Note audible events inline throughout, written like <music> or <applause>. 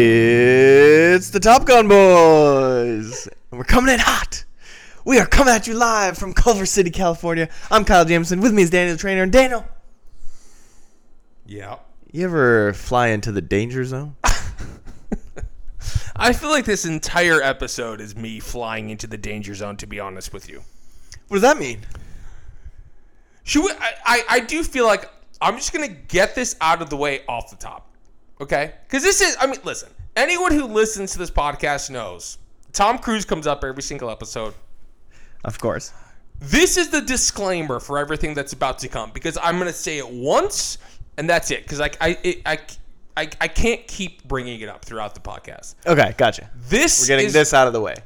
It's the Top Gun Boys. And we're coming in hot. We are coming at you live from Culver City, California. I'm Kyle Jameson. With me is Daniel the Trainer. And Daniel, Yeah. you ever fly into the danger zone? I feel like this entire episode is me flying into the danger zone, to be honest with you. What does that mean? Should we, I, I, I do feel like I'm just going to get this out of the way off the top. Okay? Because this is, I mean, listen, anyone who listens to this podcast knows Tom Cruise comes up every single episode. Of course. This is the disclaimer for everything that's about to come because I'm going to say it once and that's it. Because I, I, it, I, I, I can't keep bringing it up throughout the podcast. Okay, gotcha. This We're getting is, this out of the way.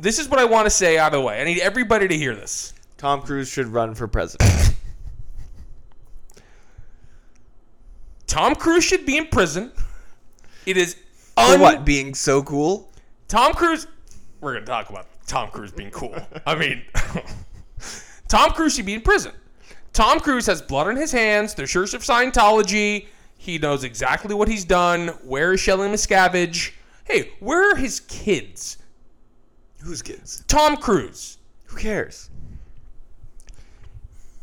This is what I want to say out of the way. I need everybody to hear this. Tom Cruise should run for <laughs> president. Tom Cruise should be in prison. It is For un- what? Being so cool? Tom Cruise. We're gonna talk about Tom Cruise being cool. I mean, <laughs> Tom Cruise should be in prison. Tom Cruise has blood on his hands. The Church of Scientology. He knows exactly what he's done. Where is Shelley Miscavige? Hey, where are his kids? Who's kids? Tom Cruise. Who cares?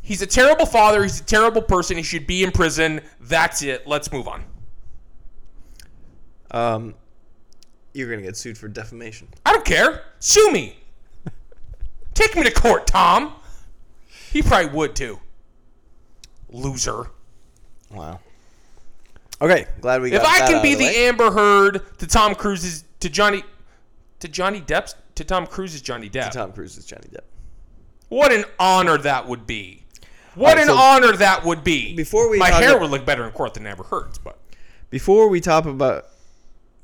He's a terrible father. He's a terrible person. He should be in prison. That's it. Let's move on. Um, you're going to get sued for defamation. I don't care. Sue me. Take me to court, Tom. He probably would too. Loser. Wow. Okay, glad we got If I that out can be of the way. Amber Heard to Tom Cruise's to Johnny to Johnny Depp's to Tom Cruise's Johnny Depp. Tom Cruise is Johnny Depp. What an honor that would be. What Alright, an so honor that would be. before we my talk hair about- would look better in court than Amber Heard's, but Before we top about,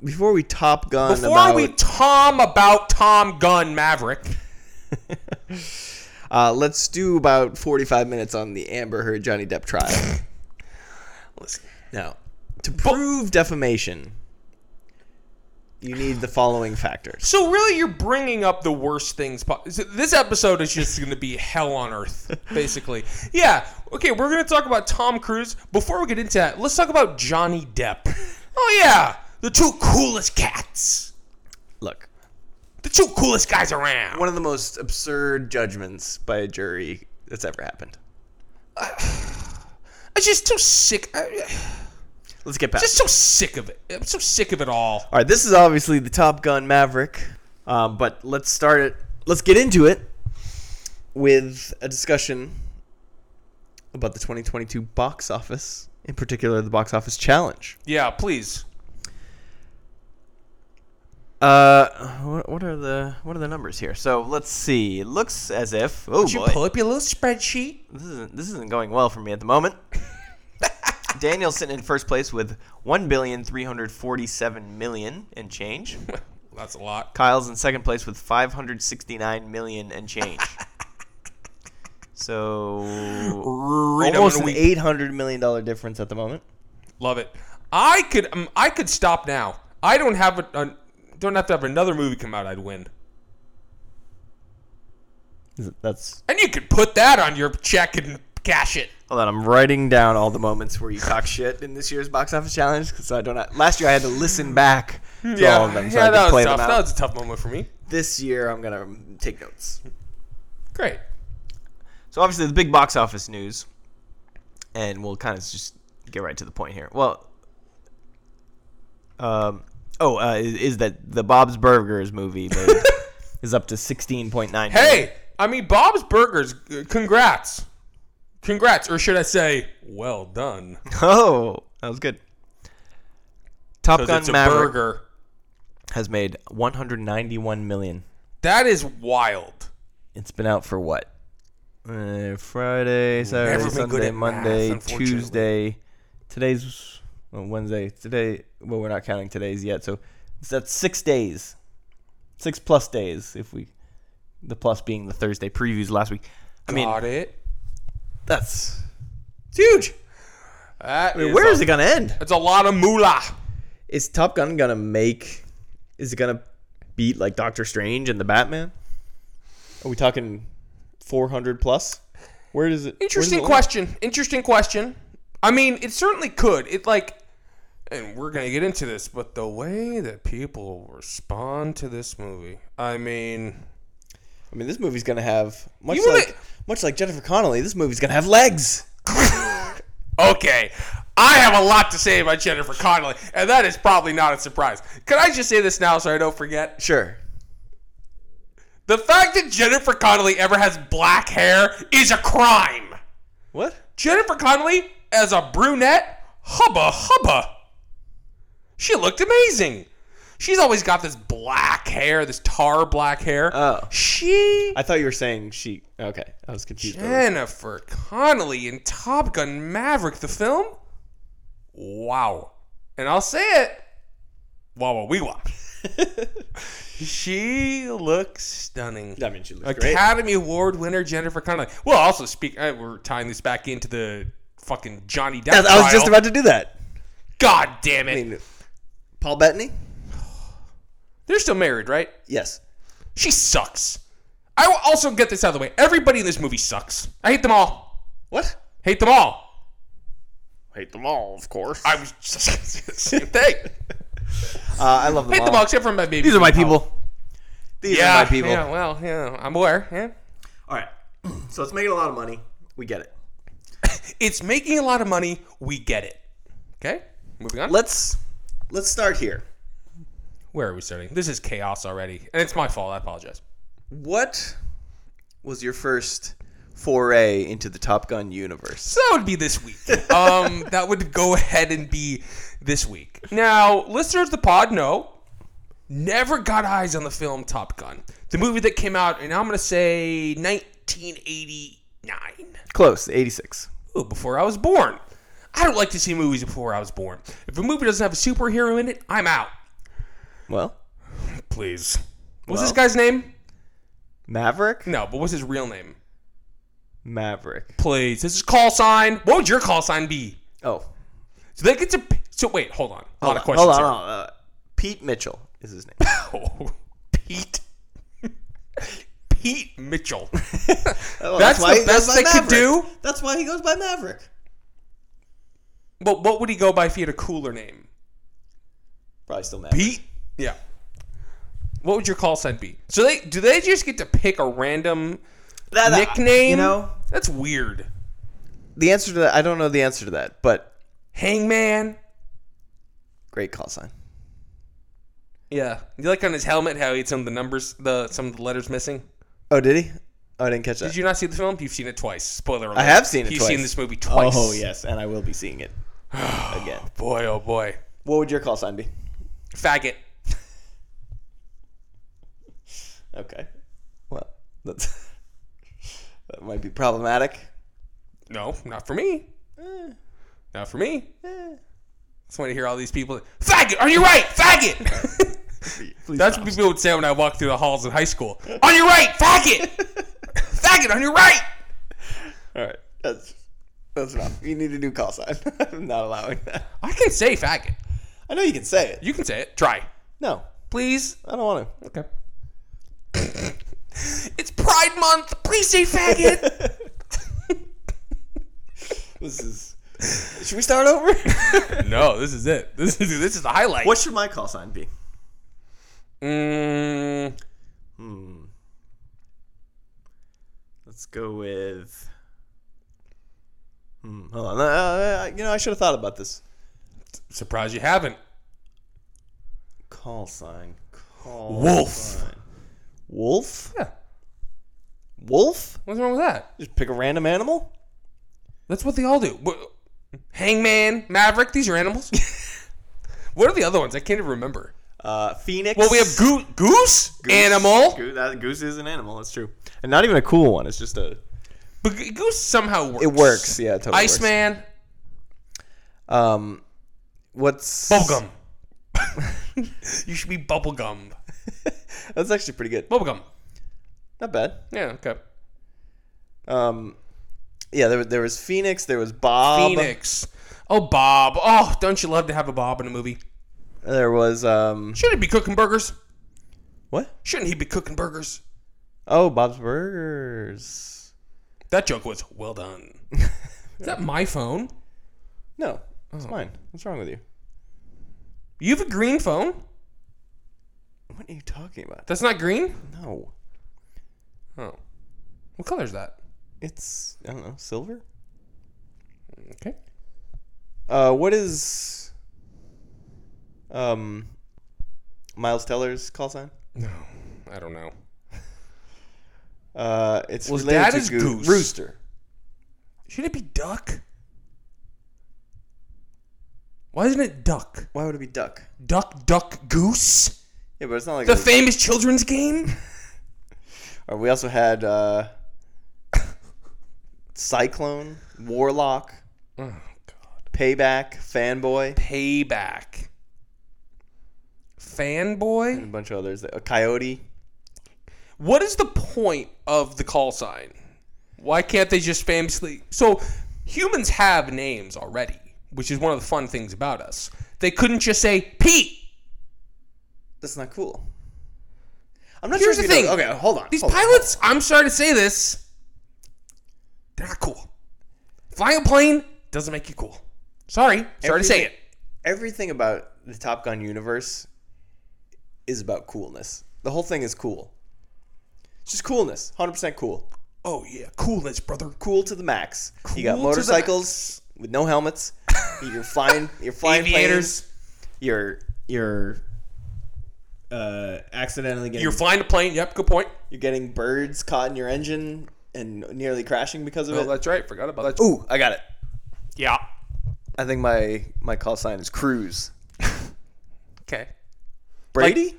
before we top gun before about, we tom about Tom Gunn Maverick, uh, let's do about forty-five minutes on the Amber Heard Johnny Depp <laughs> trial. listen. now, to prove defamation, you need the following factors. So really, you're bringing up the worst things. Po- so this episode is just going to be hell on earth, basically. Yeah. Okay, we're going to talk about Tom Cruise. Before we get into that, let's talk about Johnny Depp. Oh yeah, the two coolest cats, Look, the two coolest guys around. one of the most absurd judgments by a jury that's ever happened. I'm just too sick. I- Let's get past. I'm just so sick of it. I'm so sick of it all. All right, this is obviously the Top Gun Maverick, um, but let's start it. Let's get into it with a discussion about the 2022 box office, in particular the box office challenge. Yeah, please. Uh, what, what are the what are the numbers here? So let's see. It looks as if oh Did you boy, pull up your little spreadsheet? this isn't this isn't going well for me at the <laughs> moment. Daniel's sitting in first place with one billion three hundred forty-seven million and change. That's a lot. Kyle's in second place with 569 million and <laughs> change. so Read 'em almost in a an week. 800 million dollar difference at the moment. Love it. I could um, I could stop now. I don't have a, a don't have to have another movie come out. I'd win. Is it- That's And you could put that on your check and cash it. hold on. I'm writing down all the moments where you talk shit in this year's box office challenge because I don't. Have, last year I had to listen back to all of them, so I could that play was them tough. out. That was a tough moment for me. This year I'm gonna take notes. Great. So obviously the big box office news, and we'll kind of just get right to the point here. Well, um, oh, uh, is, is that the Bob's Burgers movie made, <laughs> is up to sixteen point nine? Hey, I mean Bob's Burgers. uh, Congrats. Congrats, or should I say, well done? <laughs> oh, that was good. Top 'Cause Gun it's a Maverick burger. has made one hundred ninety one million. That is wild. It's been out for what? Uh, Friday, never Saturday, been good Sunday, at math, Monday, unfortunately. Tuesday. Today's well, Wednesday. Today, well, we're not counting today's yet. So it's- that's six days, six plus days. If we, the plus being the Thursday previews last week. I mean, Got it. That's It's huge. That is where a- is it gonna end? That's a lot of moolah. Is Top Gun gonna make? Is it gonna beat like Doctor Strange and the Batman? Are we talking 400 plus? Where does it? where does it Interesting land? question. Interesting question. I mean, it certainly could. It like and we're gonna get into this, but the way that people respond to this movie, I mean, I mean, this movie's gonna have much You wanna- like much like Jennifer Connelly. This movie's gonna have legs. okay, I have a lot to say about Jennifer Connelly, and that is probably not a surprise. Can I just say this now so I don't forget? Sure. The fact that Jennifer Connelly ever has black hair is a crime. What? Jennifer Connelly as a brunette, hubba hubba. She looked amazing. She's always got this black hair, this tar black hair. Oh. she I thought you were saying she. Okay, I was confused. <laughs> by that. Jennifer Connelly in Top Gun Maverick, the film? Wow. And I'll say it. Wow, wow, wee wow. she looks stunning. I mean, she looks great. Academy Award winner Jennifer Connelly. Well, also speak. Uh, we're tying this back into the fucking Johnny Depp. I was just trial. about to do that. God damn it! I mean, Paul Bettany. They're still married, right? Yes. She sucks. I will also get this out of the way. Everybody in this movie sucks. I hate them all. What? Hate them all. Hate them all, of course. I was just gonna say <laughs> the same thing. Uh, I love them Hate all. them all except for my baby. These are my people. These Yeah, are my people. Yeah, well, yeah, I'm aware. Yeah. All right. <clears throat> So it's making a lot of money. We get it. It's making a lot of money. We get it. Okay. Moving on. Let's let's start here. Where are we starting? This is chaos already, and it's my fault. I apologize. What was your first foray into the Top Gun universe? So that would be this <laughs> week. Um, that would go ahead and be this week. Now, listeners of the pod know, never got eyes on the film Top Gun, the movie that came out, and I'm gonna say 1989. Close, 86. Ooh, before I was born. I don't like to see movies before I was born. If a movie doesn't have a superhero in it, I'm out. Well, Please. What's this guy's name? Maverick? No, but what's his real name? Maverick. Please. This is call sign. What would your call sign be? Oh. So they get to. p- So wait, hold on. A Hold lot of on, questions. hold here. on. Uh, Pete Mitchell is his <laughs> name. Oh, <laughs> Pete. <laughs> Pete Mitchell. Oh, That's why- the best why they could Maverick. do. That's why he goes by Maverick. but what would he go by if he had a cooler name? Probably still Maverick. Pete. Yeah. What would your call sign be? So they do they just get to pick a random That- uh, nickname? You know, that's weird. the answer to that, I don't know the answer to that, but Hangman. great call sign. Yeah. You like on his helmet how he had some of the numbers, the some of the letters missing. Oh, did he? Oh, I didn't catch that. Did you not see the film? You've seen it twice. Spoiler alert. I have seen it You've twice. seen this movie twice. Oh, yes, and I will be seeing <sighs> it again. Boy, oh boy. What would your call sign be? Faggot. Okay. Well, that's, <laughs> that might be problematic. <laughs> No, not for me. Not for me. That's when I hear all these people. Faggot! On your right! Faggot! <laughs> That's what people would say when I walked through the halls in high school. On your right! Faggot! faggot! On your right! All right. That's that's enough. You need a new call sign. <laughs> I'm not allowing that. I can say faggot. I know you can say it. You can say it. Try. No, Please. I don't want to. Okay. <laughs> it's Pride Month. Please say faggot. This is. Should we start over? <laughs> no, this is it. This is this is the highlight. what should my call sign be? Mm, Let's go with. Hmm, hold on. Uh, Uh, you know, I should have thought about this. surprised you haven't. Call sign. Call Wolf. sign. Wolf. Yeah. Wolf. What's wrong with that? Just pick a random animal. That's what they all do. Wha- Hangman, Maverick, these <laughs> are animals. what are the other ones? I can't even remember. Uh, phoenix. Well, we have goo- goose, animal. Goose, that goose is an animal. That's true. And not even a cool one. It's just a. But g- goose somehow works. It works. Yeah, it totally. works. Iceman, Um, what's bubblegum. <laughs> you should be bubblegum. <laughs> That's actually pretty good. Bubblegum. Not bad. Yeah, okay. Um, yeah, there was there was Phoenix. There was Bob. Phoenix. Oh, Bob. Oh, don't you love to have a Bob in a movie? There was um. Shouldn't he be cooking burgers? What? Shouldn't he be cooking burgers? Oh, Bob's Burgers. That joke was <laughs> well done. Is that my phone? Oh. No, it's mine. What's wrong with you? You have a green phone? What are you talking about? That's not green? No. Oh. What color is that? It's I don't know, silver? Okay. Uh what is um Miles Teller's call sign? No, I don't know. Uh it's Well, his related dad to is Goo- Goose. Rooster. Should it be duck? Why isn't it duck? Why would it be duck? Duck, duck, goose? Yeah, but it's not like The it was- famous children's game? Uh, we also had uh, Cyclone, Warlock, Oh, God. Payback, Fanboy, Payback. and Fanboy? a bunch of others. A Coyote. What is the point of the call sign? Why can't they just famously. So, humans have names already, which is one of the fun things about us. They couldn't just say Pete. That's not cool. I'm not Here's sure. if the you know- thing. Okay, hold on. These hold on. pilots, I'm sorry to say this, they're not cool. Flying a plane doesn't make you cool. Sorry, sorry to say it. Everything- Everything about the Top Gun universe is about coolness. The whole thing is cool. It's just coolness. 100% cool. Oh yeah, coolness, brother. Cool to the max. you Cool to got the motorcycles with no <laughs> helmets. You're flying. You're flying planes. Aviators, you're you're uh, accidentally getting you're, you're flying a plane. Yep, good point. getting birds caught in your engine and nearly crashing because of Oh, it. that's right. Forgot about that. Ooh, I got it. Yeah. I think my my call sign is Cruz Okay. Brady.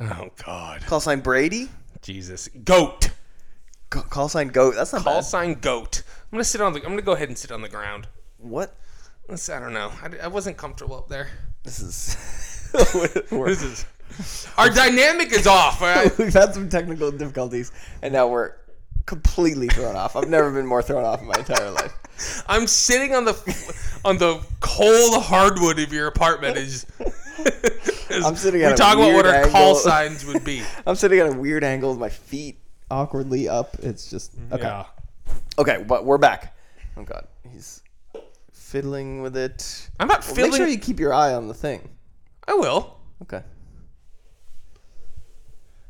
Oh God. call sign Brady. Jesus. Goat. C- call sign Goat. That's not Call bad. sign goat. I'm gonna sit on the. I'm gonna go ahead and sit on the ground. What? Let's- I don't know. I, I wasn't comfortable up there. This <laughs> is. <laughs> This is. Our dynamic is <laughs> off. all right? <laughs> We've had some technical difficulties, and now we're completely thrown off. I've never been more thrown off in my entire <laughs> life. I'm sitting on the on the cold hardwood of your apartment. <laughs> Is I'm sitting We at a talk about what our weird call angle. signs would be. I'm sitting at a weird angle with my feet awkwardly up. It's just <laughs> okay. Mm-hmm. Yeah. Okay, but we're back. Oh god, he's fiddling with it. I'm not Well, feeling. Make sure you keep your eye on the thing. I will. Okay.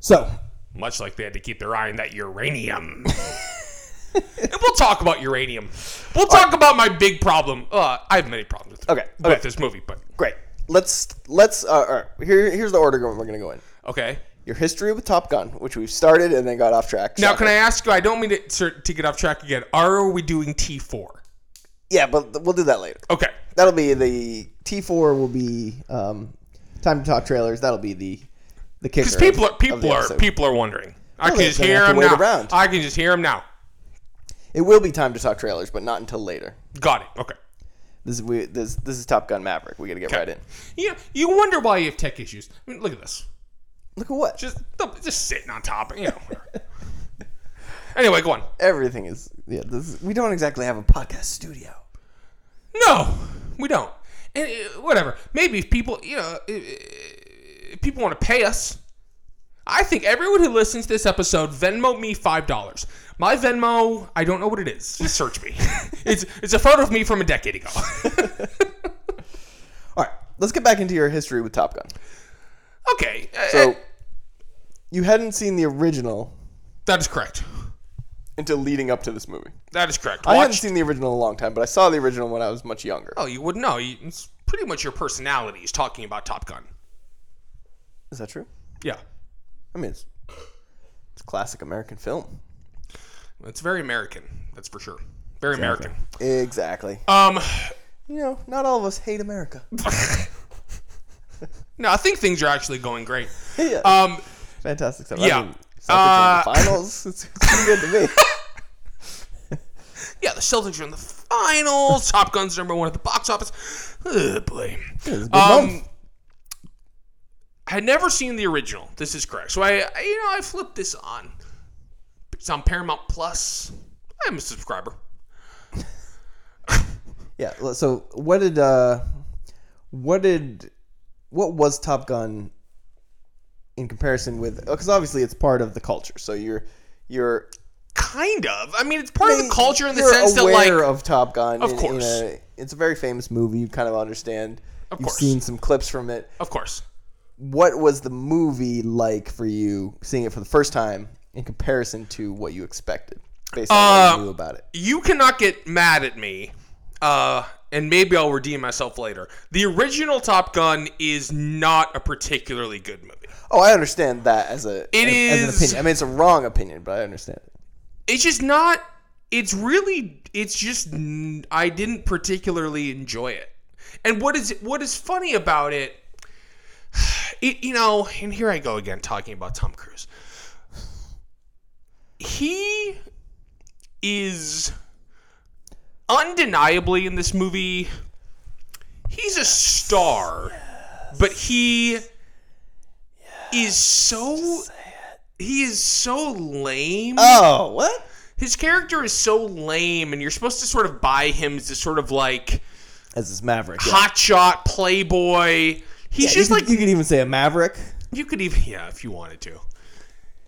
So, Much like they had to keep their eye on that uranium. <laughs> and we'll talk about uranium. We'll talk about my big problem. Uh, I have many problems with, Okay, with okay. this movie, but great. Let's let's uh, all right, here here's the order we're gonna go in. okay. Your history with Top Gun, which we've started and then got off track. Now, can I ask you? I don't mean to, sir, to get off track again. Are we doing T four? Yeah, but th- we'll do that later. Okay. That'll be the T four. Will be um, time to talk trailers. That'll be the the kicker. Because people of- are of people the are episode. people are wondering. I can they- just they hear have to them wait now. around. I can just hear them now. It will be time to talk trailers, but not until later. Got it. Okay. This is we, this this is Top Gun Maverick. We got to get right in. Yeah, you wonder why you have tech issues. I mean, look at this. Look at what Just just sitting on top. You know. <laughs> anyway, go on. everything is. Yeah, this is, we don't exactly have a podcast studio. No, we don't. And uh, whatever. Maybe if people, you know, i- i- if people want to pay us, I think everyone who listens to this episode Venmo me five dollars. My Venmo, I don't know what it is. Just search me. <laughs> it's it's a photo of me from a decade ago. <laughs> All right, let's get back into your history with Top Gun. okay, uh, So you hadn't seen the original that is correct. until leading up to this movie. That is correct. I hadn't Watch. seen the original in a long time, but I saw the original when I was much younger. Oh, you wouldn't know. You- It's pretty much your personality is talking about Top Gun. Is that true? Yeah, I mean, it's it's classic American film. it's very American. That's for sure. Very American. Exactly. Um, You know, not all of us hate America. no, I think things are actually going great. <laughs> yeah. Um, Fantastic stuff. yeah. I mean, Celtics are in Uh, the finals. <laughs> It's, it's pretty good <laughs> to me. yeah, the Celtics are in the finals. Top Gun's number one at the box office. Ugh, boy. It's a good Um, month. I had never seen the original. This is correct. So I, I you know, I flipped this on. It's on Paramount Plus. I'm a subscriber. Yeah. well, So what did uh, what did what was Top Gun in comparison with? Because obviously it's part of the culture. So you're you're Kind of. I mean, it's part of the culture in the you're sense that, aware like, of Top Gun. Of in- in course. a- it's a very famous movie. You kind of understand. Of You've course. seen some clips from it. Of course. What was the movie like for you seeing it for the first time in comparison to what you expected based on what Uh, you knew about it? you cannot get mad at me. Uh, and maybe I'll redeem myself later. The original Top Gun is not a particularly good movie. Oh, I understand that as a as, as It an is- opinion. I mean, it's a wrong opinion, but I understand it. It's just not. It's really. It's just. n- I didn't particularly enjoy it. And what is what is funny about it? <sighs> It you know, and here I go again talking about Tom Cruise. He is undeniably in this movie. He's a star, but he is so. He is so lame Oh, what? his character is so lame and you're supposed to sort of buy him as this sort of like As this Maverick. yeah. hotshot playboy he's Yeah, just you like could, you could even say a Maverick. you could even yeah if you wanted to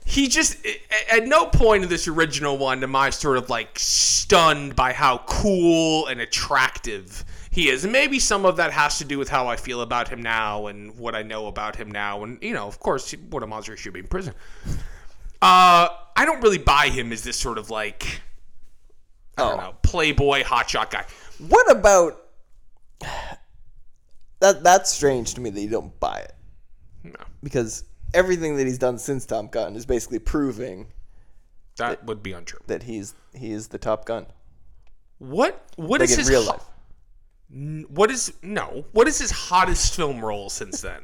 he just a- at no point in this original one am i sort of like stunned by how cool and attractive he is and maybe some of that has to do with how i feel about him now and what i know about him now and you know of course what a monster he should be in prison uh i don't really buy him as this sort of like I Oh. don't know, playboy hotshot guy. What about that? That's strange to me that you don't buy it No, because everything that he's done since Top Gun is basically proving that would be untrue. that he's he is the Top Gun. What what Like is in his real ho- life. n- what is no? What is his hottest film role since then?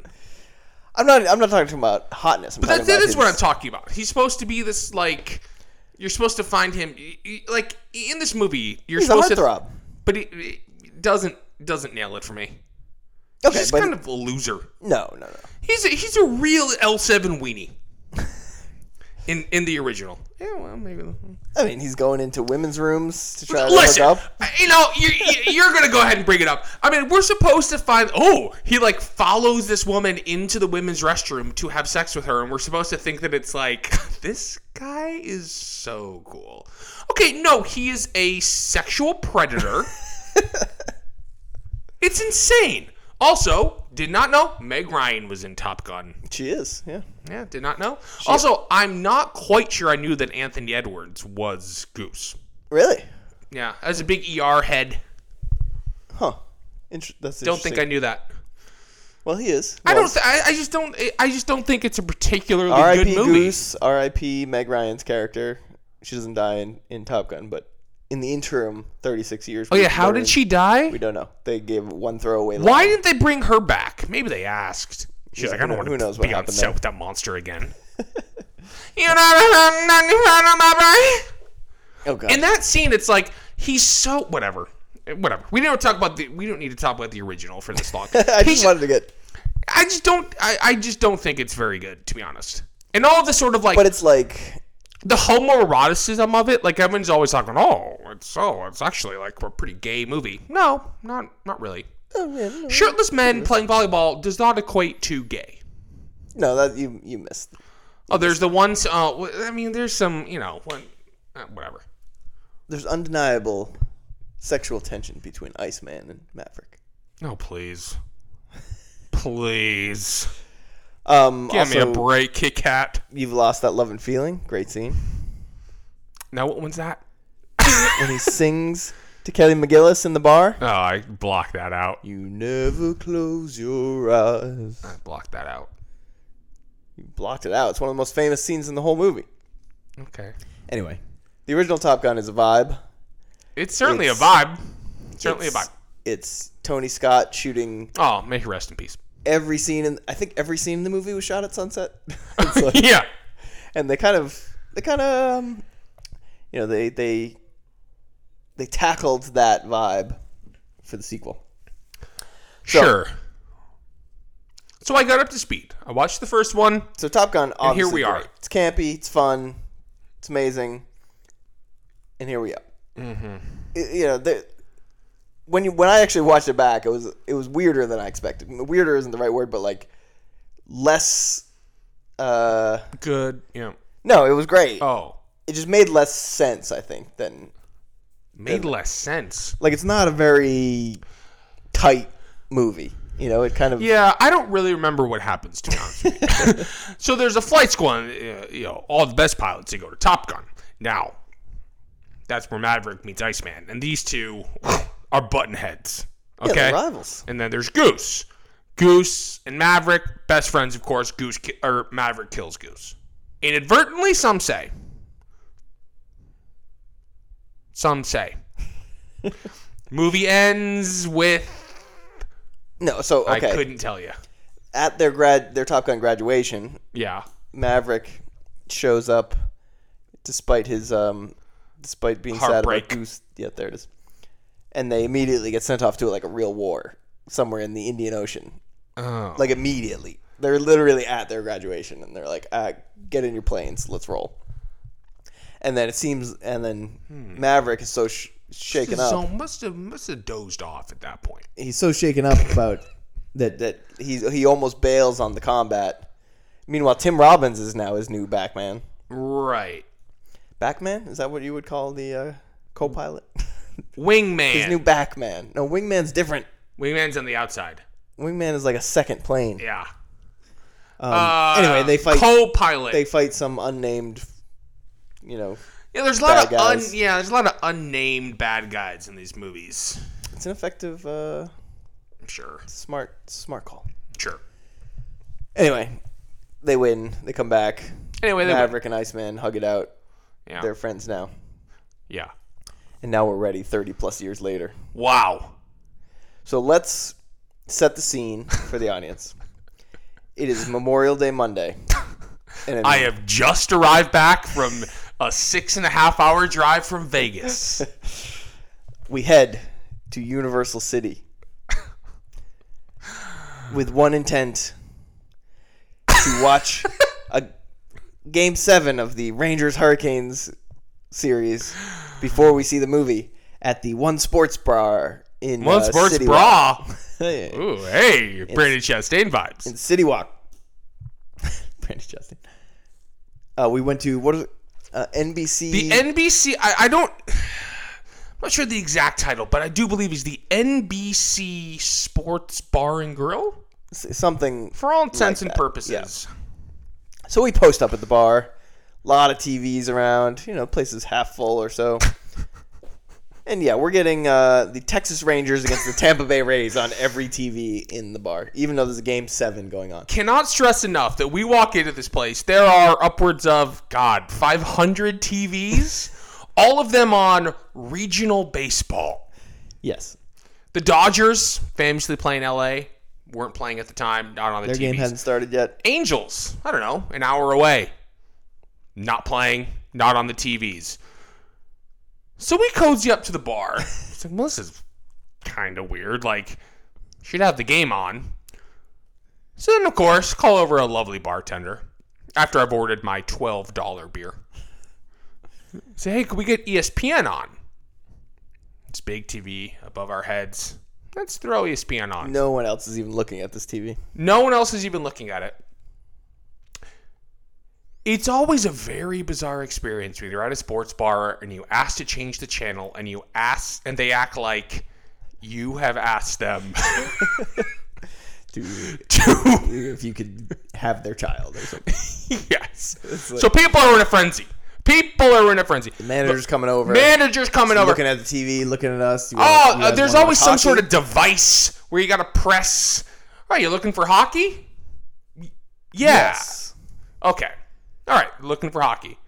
I'm not. I'm not talking about hotness. I'm But talking that, that about is what I'm his- talking about. He's supposed to be this like you're supposed to find him y- y- like in this movie. You're He's a supposed to, heartthrob. but he, he doesn't doesn't nail it for me. Okay, He's but kind of a loser. no, no, no. He's a, he's a real <laughs> L7 weenie. In in the original. Yeah, well, maybe. I mean, he's going into women's rooms to try to hook Listen, up. you know, you, you- you're gonna go ahead and bring it up. I mean, we're supposed to find. Oh, he like follows this woman into the women's restroom to have sex with her, and we're supposed to think that it's like <laughs> this guy is so cool. Okay, no, he is a <laughs> sexual predator. it's insane. Also, did not know Meg Ryan was in Top Gun. She is. Yeah. Yeah, did not know. Also, I'm not quite sure I knew that Anthony Edwards was Goose. Really? Yeah, as a big ER head. Huh. Inter- that's Don't think I knew that. Well, he is. I don't. Was. Th- I, I just don't. I just don't think it's a particularly good R.I.P. movie. Goose. R.I.P. Meg Ryan's character. She doesn't die in, in Top Gun, but in the interim, 36 years. Oh yeah, how did she We die? don't know. They gave one throwaway. line. Why didn't they bring her back? Maybe they asked. She's Yeah, like, I who don't kno- who want knows to what be on happened set there. with that <laughs> monster again. you know, I'm not in front of my brain. Oh god. <laughs> in that scene, it's like he's so whatever, whatever. We don't talk about the. We don't need to talk about the original for this long. <laughs> I He's- just wanted to get. I just don't. I, I just don't think it's very good, to be honest. And all the sort of like But it's like the homoeroticism of it, like everyone's always talking, oh, it's oh, it's actually like a pretty gay movie. No, not not really. Shirtless men playing volleyball does not equate to gay. no, that you you missed. Oh, there's the ones. Uh, w- I mean, there's some, you know, one, uh, whatever. There's undeniable sexual tension between Iceman and Maverick. No, please, please, Um, give me a also, break, Kit Kat. you've lost that love and feeling. Great scene Now, what one's that? when he <laughs> sings to Kelly McGillis in the bar. Oh, I blocked that out. You never close your eyes. I blocked that out. You blocked it out. It's one of the most famous scenes in the whole movie. Okay, Anyway, the original Top Gun is a vibe. it's certainly It's- a vibe. Certainly a It's- vibe. It's Tony Scott shooting Oh, may he rest in peace. every scene in I think every scene in the movie was shot at sunset. <laughs> It's <laughs> like- yeah. and they kind of they kind of um, you know they they they tackled that vibe for the sequel. Sure. So I got up to speed. I watched the first one. So Top Gun obviously we are. great. It's campy, it's fun, it's amazing. And here we are. Mm-hmm. You know, the, when you when I actually watched it back, it was it was weirder than I expected. Weirder isn't the right word, but like less uh Good. Yeah. no, it was great. Oh, it just made less sense, I think, than made less sense. like it's not a very tight movie. You know, it kind of Yeah, I don't really remember what happens to be honest. with you. <laughs> so there's a flight school, and uh, you know, all the best pilots they go to Top Gun. Now, that's where Maverick meets Iceman, and these two are button heads. Yeah, Okay, they're rivals. and then there's Goose. Goose and Maverick, best friends, of course. Goose ki- or Maverick kills Goose inadvertently. Some say. <laughs> Some say. Movie ends with No, so okay. I couldn't tell you. At their grad, their Top Gun graduation, Yeah. Maverick shows up, despite his um, despite being sad about Heartbreak. Goose. Yeah, there it is. And they immediately get sent off to like a real war somewhere in the Indian Ocean. Oh. Like immediately, they're literally at their graduation, and they're like, uh, "Get in your planes, let's roll." And then it seems, and then Hmm. Maverick is so sh- shaken up. So must have must have dozed off at that point. he's so shaken up about that that he he almost bails on the combat. Meanwhile, Tim Robbins is now his new Backman. Right. Backman is that what you would call the uh, co-pilot? Wingman. his new Backman. No, Wingman's different. Wingman's on the outside. Wingman is like a second plane. Yeah. Um, Uh, anyway, they fight. Co-pilot. they fight some unnamed. You know, yeah, there's a lot of bad un, guys. yeah, there's a lot of unnamed bad guys in these movies. it's an effective, uh, Sure. smart, smart call. Sure. Anyway, they win. They come back. Anyway, they Maverick and Iceman hug it out. Yeah. They're friends now, yeah. and now we're ready. Thirty plus years later. Wow. So let's set the scene for the <laughs> audience. It is Memorial Day Monday. <laughs> And it- I have just arrived back from a six and a half hour drive from <laughs> Uh, Vegas. we head to Universal City with one intent to <laughs> watch a game 7 of the Rangers Hurricanes series before we see the movie at the One Sports Bar in One uh, sports City bra. Walk. Ooh, hey, Brandon Chastain vibes. in City Walk. <laughs> Brandon Justin. Uh, we went to what is it? Uh, NBC. The NBC. I, I don't. <sighs> I'm not sure the exact title, but I do believe is the NBC Sports Bar and Grill s- something. for all intents and that, purposes. So we post up at the bar. A lot of TVs around. You know, places half full or <laughs> so. And yeah, we're getting uh, the Texas Rangers against the Tampa Bay Rays on every TV in the bar, even though there's a game seven going on. Cannot stress enough that we walk into this place. There are upwards of God 500 TVs, <laughs> all of them on regional baseball. Yes, The Dodgers, famously playing LA, weren't playing at the time, not on the their TVs. game hasn't started yet. Angels, I don't know, an hour away. Not playing, not on the TVs. So we cozy up to the bar. It's like, well, this is kind of weird. Like, should have the game on. So then, of course, call over a lovely bartender after I've ordered my $12 beer. Say, hey, could we get E ESPN on? It's big TV above our heads. Let's throw E ESPN on. No one else is even looking at this TV. No one else is even looking at it. It's always a very bizarre experience when you're at a sports bar and you ask to change the channel and you ask and they act like you have asked them <laughs> Dude, to if you could have their child or something. Yes. so people are in a frenzy. People are in a frenzy. <laughs> Manager's coming over. Managers coming over. looking at the TV, looking at us. You Oh, guys- you uh, guys there's wanna always watch some hockey? sort of device where you got to press. Oh, you looking for hockey? Y- Yeah. yes. Okay. All right. Looking for hockey.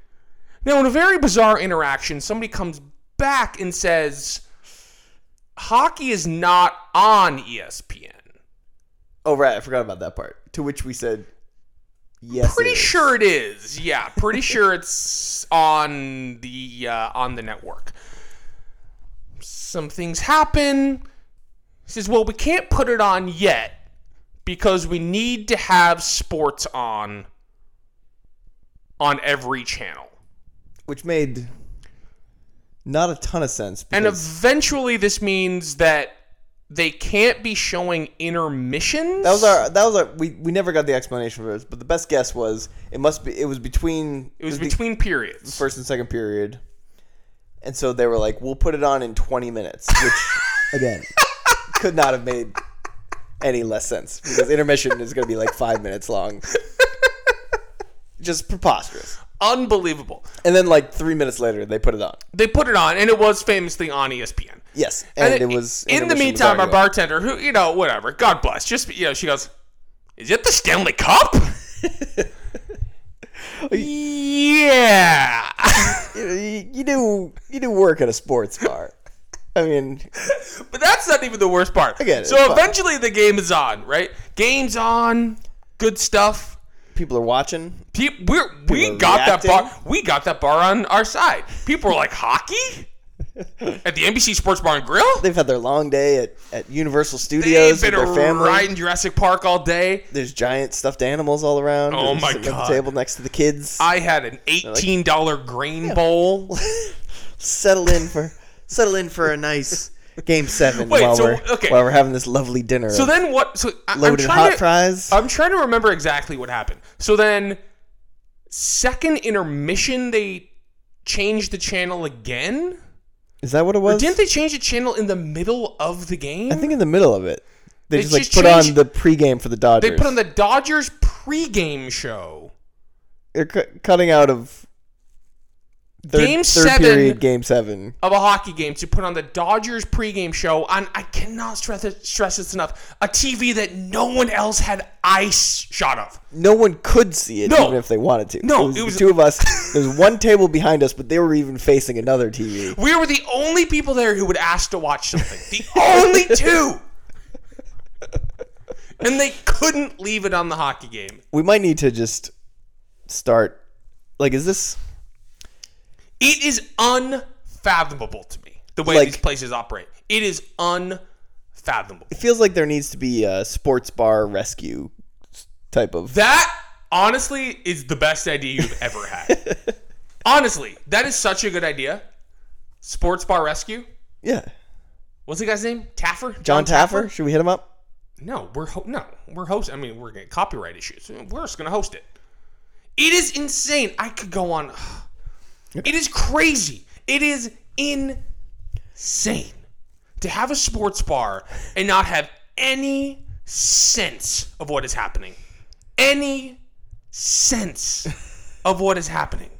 Now, in a very bizarre interaction, somebody comes back and says, Hockey is not on E ESPN. Oh right, I forgot about that part. To which we said, yes. Pretty it is. sure it is. Yeah, pretty sure it's on the uh, on the network. Some things happen. He says, "Well, we can't put it on yet because we need to have sports on on every channel." which made not a ton of sense. And because eventually, this means that they can't be showing intermissions. that was our that was our we, we never got the explanation for this, but the best guess was it must be it was between It was between periods. first and second period, and so they were <laughs> like, we'll put it on in 20 minutes, which again could not have made any less sense because intermission is going to be like five minutes long. <laughs> Just preposterous. Unbelievable. And then like three minutes later, they put it on. They put it on, and it was famously on E ESPN. Yes, and, it i- was In the intermission was meantime, our already bartender, who you know, whatever, God bless, just you know, she goes, "Is it the <laughs> Stanley Cup?" yeah. <laughs> on. You, you do you do work at a sports bar. I mean, But that's not even the worst part. get it, So it's fine. eventually the game is on, right? Game's on. Good stuff. people are watching. Pe- we're, we People got reacting. that bar. We got that bar on our side. People are like <laughs> hockey at the NBC Sports Bar and Grill. They've had their long day at, at Universal They've Studios been with their family. riding Jurassic Park all day. There's giant stuffed animals all around. Oh They're my sitting At God. the table next to the kids. I had an eighteen dollar grain bowl. settle in for settle in for a nice game seven Wait, while so- we're okay. while we're having this lovely dinner. So of then what? So I, am loaded trying hot to, Uh, fries. I'm trying to remember exactly what happened. So then, second intermission, they changed the channel again. Is that what it was? Didn't they change the channel in the middle of the game? I think in the middle of it, they, They just like just put changed- on the pregame for the Dodgers. they put on the Dodgers pregame show. They're cu- cutting out of third, Game third seven. period, game seven. Of a hockey game to put on the Dodgers pregame show on, I cannot stress, it, stress this enough, a TV that no one else had ice shot of. No one could see it, No. even if they wanted to. No, it was, it was- the two of us. There's one table behind us, but they were even facing another TV. We were the only people there who would ask to watch something. The only two! And they couldn't leave it on the hockey game. We might need to just start. Like, is this It is unfathomable to me the way Like- these places operate. It is unfathomable. feels like there needs to be a sports bar rescue type of That honestly is the best idea you've ever had. <laughs> honestly, that is such a good idea. Sports Bar Rescue. yeah. What's the guy's name? Taffer? John Taffer, should we hit him up? No, we're ho- no, we're host. I mean, we're gonna copyright issues. We're just gonna host it. It is insane. I could go on. It is crazy. It is insane to have a sports bar and not have any sense of what is happening. Any sense of what <laughs> is happening.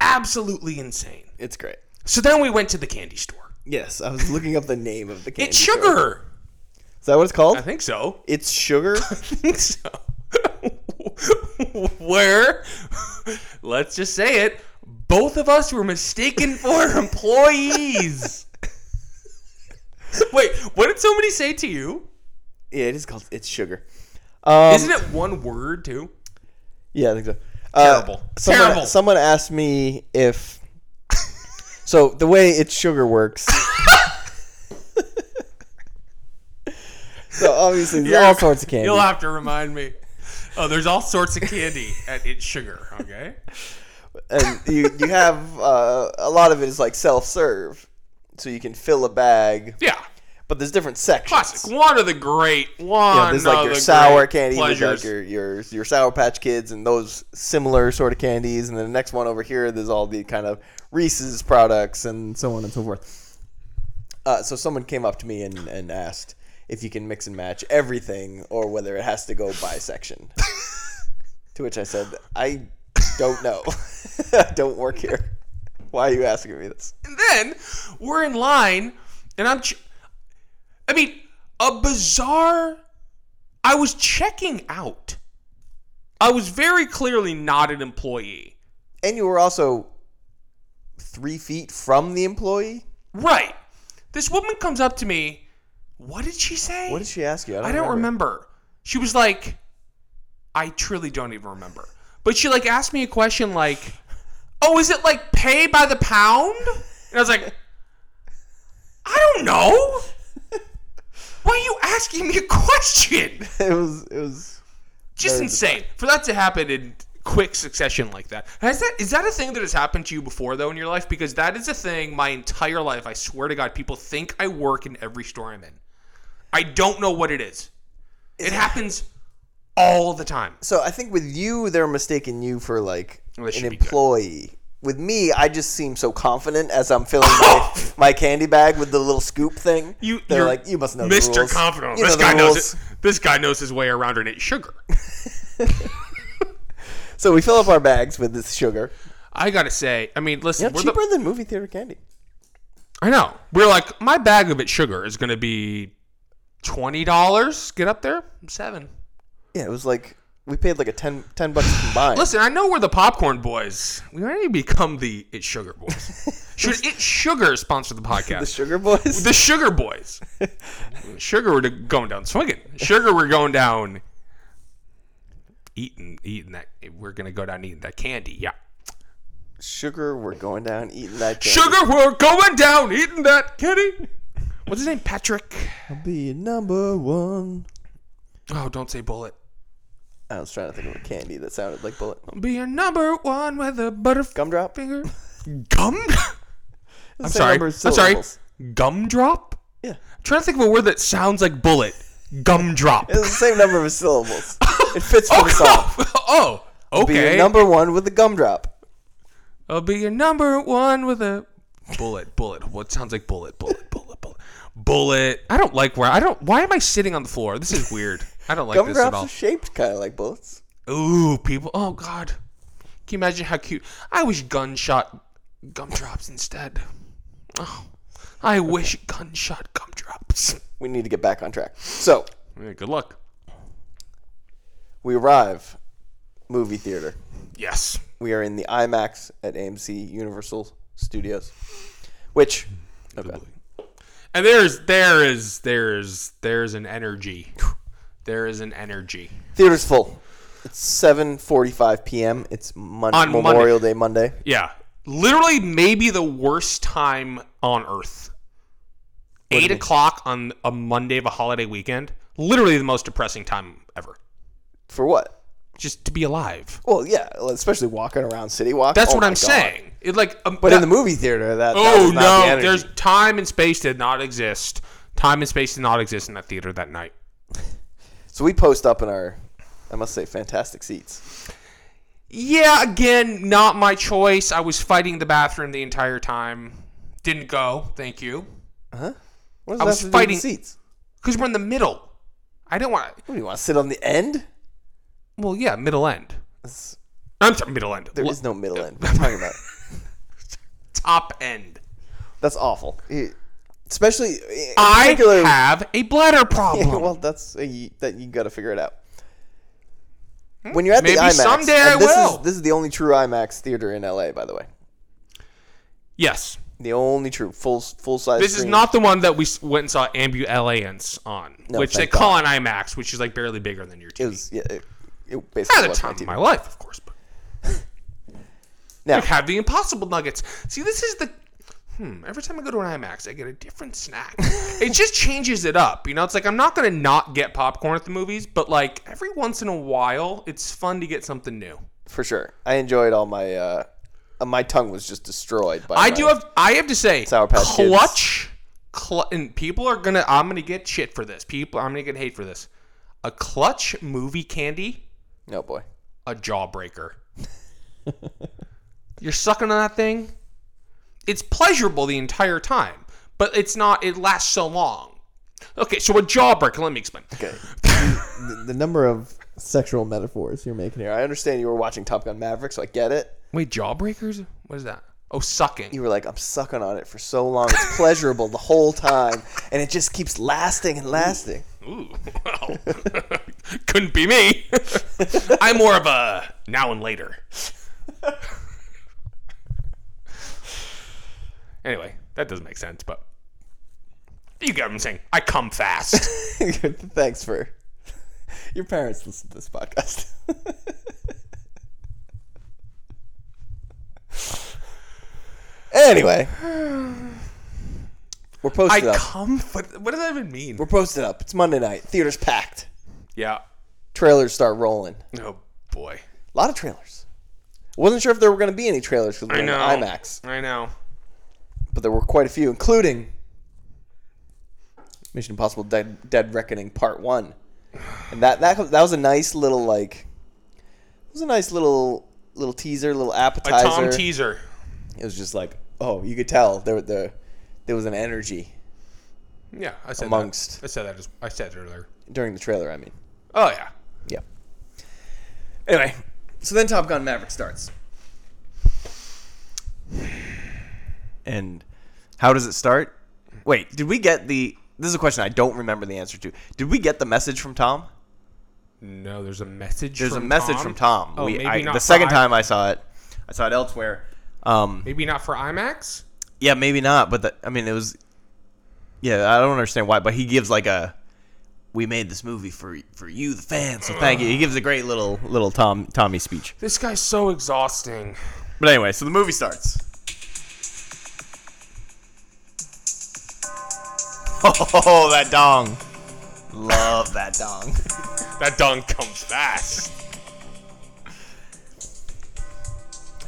Absolutely insane. It's great. So then we went to the candy store. Yes, I was looking up the name of the candy. It's store. sugar. Is that what it's called? I think so. It's sugar. think <laughs> so. Where, let's just say it, both of us were mistaken for <laughs> employees. Wait, what did somebody say to you? <laughs> yeah, it is called. It's sugar. Um, Isn't it one word too? Yeah, I think so. Uh, Terrible. someone, Terrible. Someone asked me <laughs> if. so the way it's sugar works. so obviously, there's all sorts of candy. You'll have to remind me. Oh, there's all sorts <laughs> of candy at It's Sugar. Okay. and you you have uh, a lot of it is like self serve, so you can fill a bag. Yeah. But there's different sections. Classic. One of the great. One. You know, there's like of your the sour great candy, there's like pleasures. your, your your sour patch kids, and those similar sort of candies. And then the next one over here, there's all the kind of Reese's products and so on and so forth. Uh, so someone came up to me and, and asked if you can mix and match everything, or whether it has to go by <laughs> section. to which I said, I don't know. <laughs> I don't work here. Why are you asking me this? And then we're in line, and I'm, ch- I mean, a bizarre. I was checking out. I was very clearly not an employee. And you were also three feet from the employee. Right. This woman comes up to me. What did she say? What did she ask you? I don't remember. She was like, I truly don't even remember. But she like asked me a question like, "Oh, is it like pay by the pound?" And I was like, "I don't know. Why are you asking me a question?" <laughs> It was it was Just Very insane for that to happen in quick succession like that. Has that is that a thing that has happened to you before though in your life? Because that is a thing my entire life. I swear to God, people think I work in every store I'm in. I don't know what it is. It happens all the time. So I think with you, they're mistaking you for like Well, this an should be good. employee with me, I just seem so confident as I'm filling <laughs> my, my candy bag with the little scoop thing. You, They're you're like, you must know the Mr. rules. Confident. You know this the guy rules." knows it. This guy knows his way around an eight sugar. So we fill up our bags with this sugar. I gotta say, I mean, listen, You know, we're cheaper the, than movie theater candy. I know we're like my bag of it sugar is gonna be twenty dollars. Get up there, seven. Yeah, it was like we paid like a 10, 10 bucks combined. Listen, I know we're the popcorn boys. We already become the it sugar boys. <laughs> Should it sugar sponsor the podcast? the sugar <laughs> boys. the Sugar Boys. Sugar, we're going down swinging. Sugar, we're going down eating, eating that. We're gonna go down eating that candy. Yeah. sugar, we're going down eating that. Candy. Sugar, we're going down eating that candy. What's his name? Patrick. be number one. Oh, don't say bullet. I was trying to think of a candy that sounded like bullet. Be a number one with a butterfly Gumdrop. finger. <laughs> Gum. Same I'm sorry. number I'm of sorry. syllables. Gumdrop. Yeah, I'm trying to think of a word that sounds like bullet. Gumdrop. it's the same number of syllables. It fits <laughs> for the song. oh, oh. Be Okay. your number one with a gumdrop. I'll be your number one with a bullet, bullet. What sounds like <laughs> bullet, bullet, bullet, bullet, bullet. I don't like where I don't. Why am I sitting on the floor? This is weird. I don't like this at Gumdrops all. are shaped kind of like bullets. Ooh, people. Oh God. Can you imagine how cute? I wish gunshot gumdrops instead. Oh, I wish gunshot gumdrops. We need to get back on track. So Yeah, good luck. we arrive, movie theater. Yes. We are in the IMAX at AMC Universal Studios, which okay. And there's there is there is there's an energy. There is an energy. theater's full. It's seven forty-five p.m. It's Mon- On Monday. Memorial Day Monday. Yeah. Literally, maybe the worst time on earth. Eight o'clock on a Monday of a holiday weekend. Literally the most depressing time ever. For what? Just to be alive. Well, yeah, especially walking around City Walk. That's Oh what my I'm God. saying. It like, um, But that- in the movie theater, that that oh was not the no, energy. there's time and space did not exist. Time and space did not exist in that theater that night. so we post up in our, I must say, fantastic seats. Yeah, again, not my choice. I was fighting the bathroom the entire time. Didn't go. Thank you. What does I that have was to do with fighting- the seats. Because we're in the middle. I didn't want. What do you want to sit on the end? Well, yeah, middle end. That's- I'm sorry, middle end. There Lo- is no middle end. What are you talking <laughs> about? top end. That's awful. It- Especially eh, in I particular. have a bladder <laughs> problem. well, that's uh, you, that you got to figure it out. When you're at Hmm? Maybe the IMAX, someday and I this will. Is, this is the only true IMAX theater in LA, by the way. yes, The only true full full size. this is not the one that we s- went and saw Ambu Alliance on, No, which they thank call an IMAX, which is like barely bigger than your It TV. was yeah. It, it At basically the was my time of TV. my life, of course. But <laughs> Now- I have the Impossible Nuggets. See, this is the. Hmm, every time I go to an IMAX, I get a different snack. <laughs> it just changes it up. You know, it's like I'm not going to not get popcorn at the movies, but like every once in a while, it's fun to get something new. for sure. I enjoyed all my. Uh, uh, my tongue was just destroyed by. I my- do have. I have to say, Sour Patch Kids. clutch. Cl- and people are gonna. I'm gonna get shit for this. People, I'm gonna get hate for this. A clutch movie candy, No Oh, boy. a jawbreaker. <laughs> You're sucking on that thing. It's pleasurable the entire time, but it's not. It lasts so long. Okay, so a jawbreaker. Let me explain. Okay. the, the number of sexual metaphors you're making here. I understand you were watching Top Gun Maverick, so I get it. Wait, jawbreakers? What is that? Oh, sucking. You were like, I'm sucking on it for so long. It's pleasurable the whole time, and it just keeps lasting and lasting. <laughs> Ooh, well, <laughs> couldn't be me. <laughs> I'm more of a now and later. <laughs> anyway, that doesn't make sense, but you get what I'm saying. I come fast. Thanks for your parents listen to this podcast. <laughs> anyway, we're I posted up. come. What, what does that even mean? we're posted up. It's Monday night. Theater's packed. Yeah. Trailers start rolling. Oh boy. A lot of trailers. Wasn't sure if there were going to be any trailers because I we're in know. IMAX, I know. but there were quite a few, including Mission Impossible: Dead, Dead Reckoning Part One, and that that that was a nice little like, it was a nice little little teaser, little A appetizer. Tom teaser. It was just like, oh, you could tell there there, there was an energy Yeah, I said Amongst. That. I said that. As, I said it earlier. during the trailer. I mean, Oh yeah. yeah. Anyway, so then Top Gun Maverick starts. And how does it start? Wait, did we get the? This is a question I don't remember the answer to. Did we get the message from Tom? No, there's a message. There's from a message Tom? from Tom. Oh, we, maybe I, not the second for I- time I saw it, I saw it elsewhere. Um, Maybe not for IMAX. yeah, maybe not, but the, I mean, it was. Yeah, I don't understand why, but he gives like a, "We made this movie for for you, the fans, so thank you." He gives a great little little Tom Tommy speech. This guy's so exhausting. But anyway, so the movie starts. Oh, that dong! Love that dong. That dunk comes fast.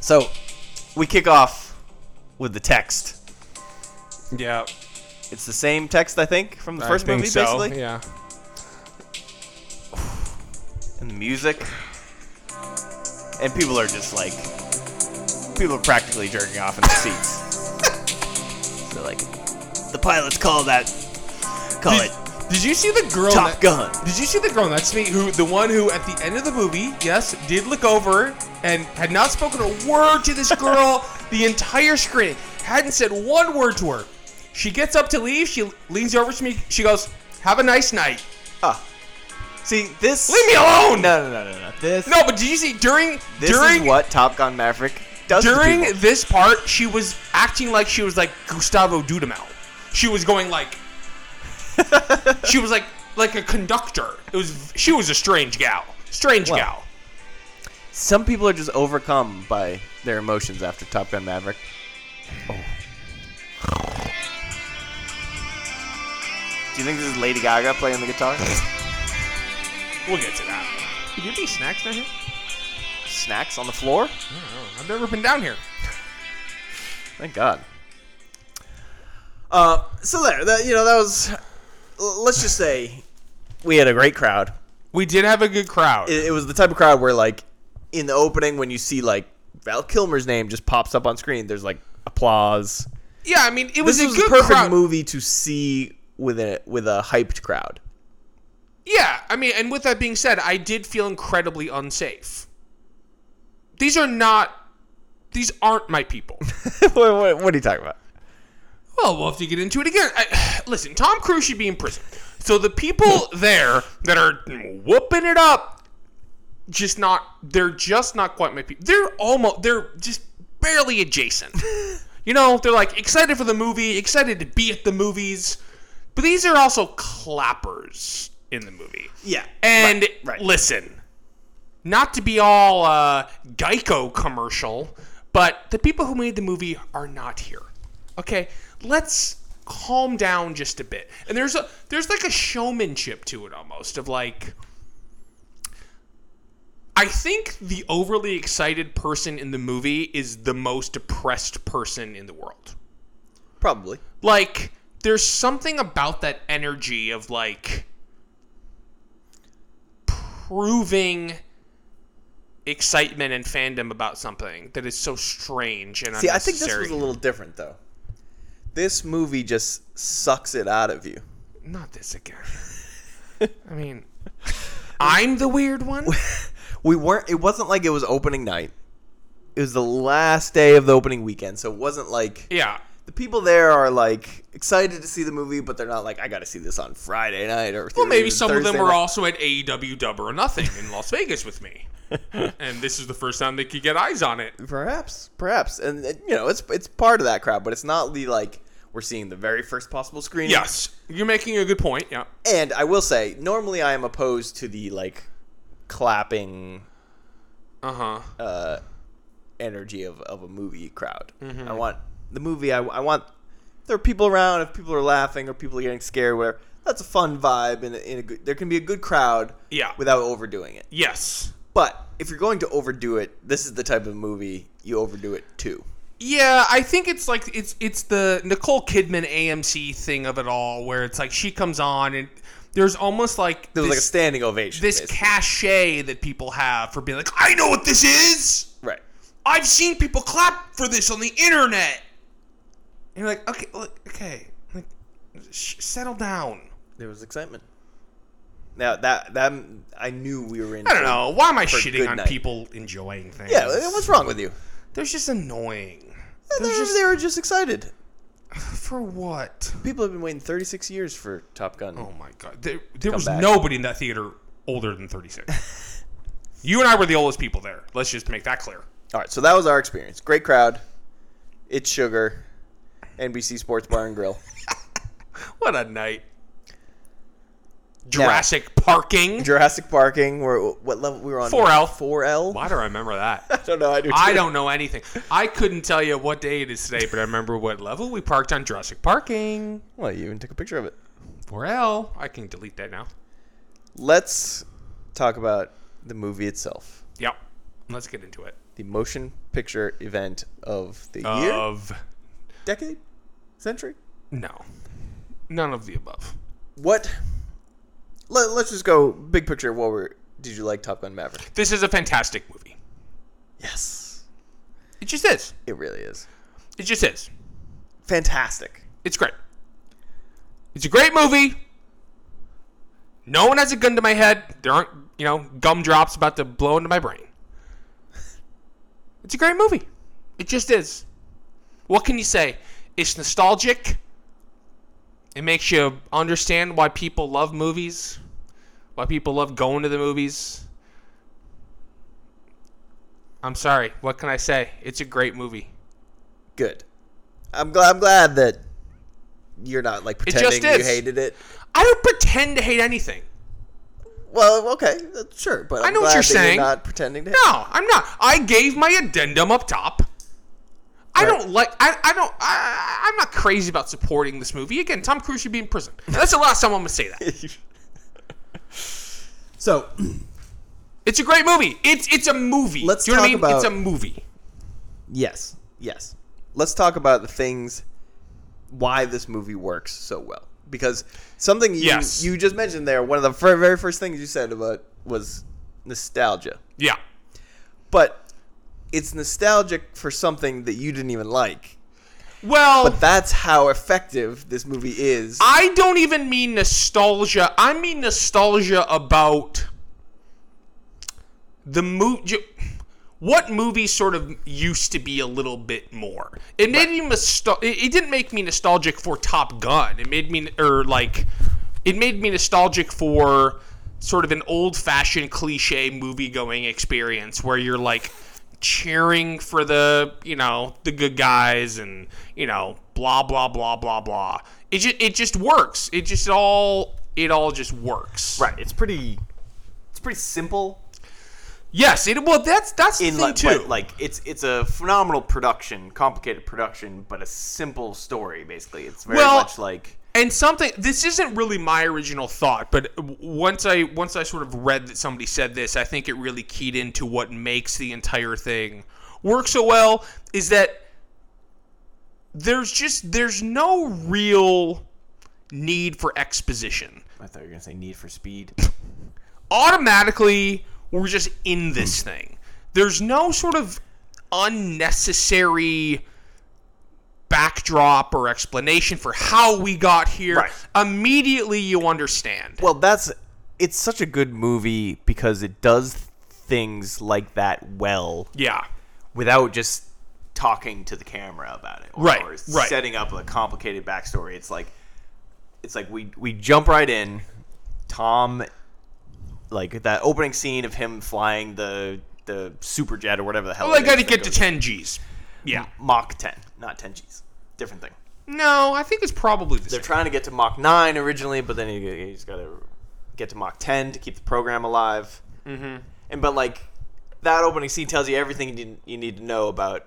So, we kick off with the text. Yeah. It's the same text, I think, from the first I think movie, so. basically. Yeah. And the music. And people are just like, people are practically jerking off in their <laughs> seats. They're like, the pilots call that, call Did, it did you see the girl? in Top that- Gun. Did you see the girl next to me who, the one who at the end of the movie, yes, did look over and had not spoken a word to this <laughs> girl the entire screen, hadn't said one word to her. She gets up to leave. She leans over to me. She goes, "Have a nice night." Ah. See, this. Leave me alone. No, no, no, no, no. This. No, but did you see during This during is what Top Gun Maverick does. to during people. this part, she was acting like she was like Gustavo Dudamel. She was <laughs> going like, she was like like a conductor. It was she was a strange gal, strange Well, gal. some people are just overcome by their emotions after Top Gun Maverick. Oh. Do you think this is Lady Gaga playing the guitar? We'll get to that. Could there be snacks down here? Snacks on the floor? I don't know. Oh, I've never been down here. Thank God. Uh, so there, that, you know, that was. l- Let's just say we had a great crowd. We did have a good crowd. It, it was the type of crowd where, like, in the opening, when you see like Val Kilmer's name just pops up on screen, there's like applause. yeah, I mean, it was This a was good a perfect crowd. movie to see with a with a hyped crowd. Yeah, I mean, and with that being said, I did feel incredibly unsafe. These are not. These aren't my people. <laughs> what, what, what are you talking about? Well, we'll have to get into it again. I, <sighs> listen, Tom Cruise should be in prison. So the people there that are whooping it up, just not, they're just not quite my people. They're almost, they're just barely adjacent. You know, they're like excited for the movie, excited to be at the movies, but these are also clappers in the movie. Yeah, And right. listen, not to be all uh, Geico commercial, but the people who made the movie are not here. Okay, let's calm down just a bit. And there's a there's like a showmanship to it almost of like. I think the overly excited person in the movie is the most depressed person in the world Probably. like there's something about that energy of like proving excitement and fandom about something that is so strange and See, I think unnecessary. this was a little different though. This movie just sucks it out of you. not this again. <laughs> I mean, I'm the weird one. <laughs> We weren't. It wasn't like it was opening night. It was the last day of the opening weekend, so it wasn't like Yeah, the People there are like excited to see the movie, but they're not like, I gotta see this on Friday night or well, maybe even some of them Thursday were night." also at AEW Double or Nothing in Las Vegas <laughs> with me, and this is the first time they could get eyes on it. Perhaps, perhaps, and uh, you know, it's it's part of that crowd, but it's not the like we're seeing the very first possible screen. Yes, you're making a good point. Yeah. And I will say, normally I am opposed to the like clapping Uh huh. energy of, of a movie crowd. Mm-hmm. I want the movie. I, I want there are people around. If people are laughing or people are getting scared, whatever, that's a fun vibe. And in a good, there can be a good crowd Yeah. without overdoing it. Yes. But if you're going to overdo it, this is the type of movie you overdo it to. Yeah, I think it's like it's it's the Nicole Kidman AMC thing of it all, where it's like she comes on and there's almost like There was like a this, standing ovation. this basically. cachet that people have for being like, I know what this is, right. I've seen people clap for this on the internet. And you're like, okay, look, okay, like, sh- settle down. There was excitement. Now that that I knew we were in. I don't know. Why am I For shitting good on night. people enjoying things? Yeah, what's wrong with you? They're just annoying. They're, They're just they were just excited. for what? People have been waiting 36 years for Top Gun. Oh my god, there, there was back. nobody in that theater older than 36. <laughs> you and I were the oldest people there. Let's just make that clear. All right, So that was our experience. Great crowd. It's Sugar, NBC Sports Bar and <laughs> Grill. What a night. Jurassic parking. Jurassic Parking. We're what level we were on? 4L. 4L. Why do I remember that? don't know. I do. <laughs> I don't know anything. I couldn't tell you what day it is today, but I remember what level we parked on Jurassic Parking. Well, you even took a picture of it. 4L. I can delete that now. Let's talk about the movie itself, Yep. Let's get into it. the motion picture event of the Uh, year, Of decade, century. no. None of the above. What? Let, let's just go big picture of what were. Did you like Top Gun Maverick? This is a fantastic movie. Yes, It just is. it really is It just is. fantastic. It's great. It's a great movie. No one has a gun to my head. There aren't, you know, gumdrops about to blow into my brain. It's a great movie. It just is. What can you say? It's nostalgic. It makes you understand why people love movies, why people love going to the movies. I'm sorry. What can I say? It's a great movie. Good. I'm glad. I'm glad that you're not like just pretending you is. hated it. I don't pretend to hate anything. Well, okay, uh, sure, but I'm know what glad you're that saying. You're not pretending to. No, I'm not. I gave my addendum up top. I don't like. I, I don't. I, I'm not crazy about supporting this movie. Again, Tom Cruise should be in <laughs> prison. That's the last time I'm gonna say that. <laughs> So It's a great movie. It's it's a movie. Let's Do you know what I mean? talk it's a about- movie. yes, yes. Let's talk about the things why this movie works so well. Because something you Yes. you just mentioned there, one of the fir- very first things you said about was nostalgia. Yeah. But it's nostalgic for something that you didn't even like. Well, But that's how effective this movie is. Ah, I don't even mean nostalgia. I mean nostalgia about the movie. What movies sort of used to be a little bit more? It made me nostal- it it didn't make me nostalgic for Top Gun. It made me or like it made me nostalgic for sort of an old-fashioned cliche movie-going experience where you're like cheering for the you know the good guys and you know blah blah blah blah blah. It just it just works. It just all it all just works. Right. It's pretty. It's pretty simple. Yes. It well that's that's the In thing like, too. but, like it's it's a phenomenal production, complicated production, but a simple story. Basically, it's very Well- much like and something this isn't really my original thought but w- once i once i sort of read that somebody said this i think it really keyed into what makes the entire thing work so well is that there's just there's no real need for exposition I thought you were gonna say Need for Speed. automatically we're just in this thing. There's no sort of unnecessary backdrop or explanation for how we got here. Right. Immediately you understand. <laughs> Well, that's it's such a good movie because it does things like that well yeah. without just talking to the camera about it or, Right, or right. setting up a complicated backstory. It's like it's like we we jump right in. Tom like that opening scene of him flying the the super jet or whatever the hell. Well, I it got to is that get to goes- 10 Gs. Yeah. Mach 10, not 10 Gs. Different thing. No, I think it's probably the They're same. trying to get to Mach 9 originally, but then you, you just got to get to Mach 10 to keep the program alive. Mm-hmm. And but like that opening scene tells you everything you need, you need to know about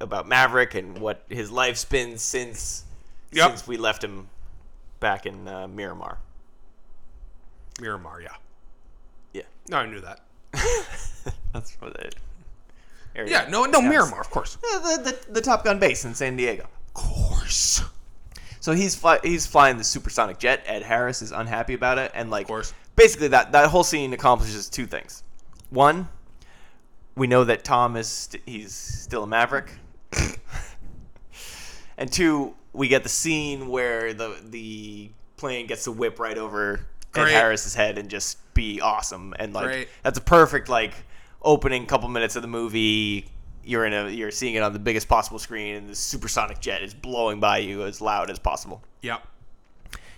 about Maverick and what his life's been since Yep. since we left him back in uh, Miramar. Miramar, yeah. Yeah, No, I knew that. <laughs> that's what it. area- Yeah, no, no, Yes. Miramar, of course. Yeah, the, the, the Top Gun base in San Diego. Of course. So he's fly- he's flying the supersonic jet. Ed Harris is unhappy about it, and like, course. basically that that whole scene accomplishes two things. One, we know that Tom is st- he's still a maverick, <laughs> and two, we get the scene where the the plane gets the whip right over Ed Great. Harris's head and just be awesome and like Great. that's a perfect like opening couple minutes of the movie. You're in a you're seeing it on the biggest possible screen, and the supersonic jet is blowing by you as loud as possible Yep.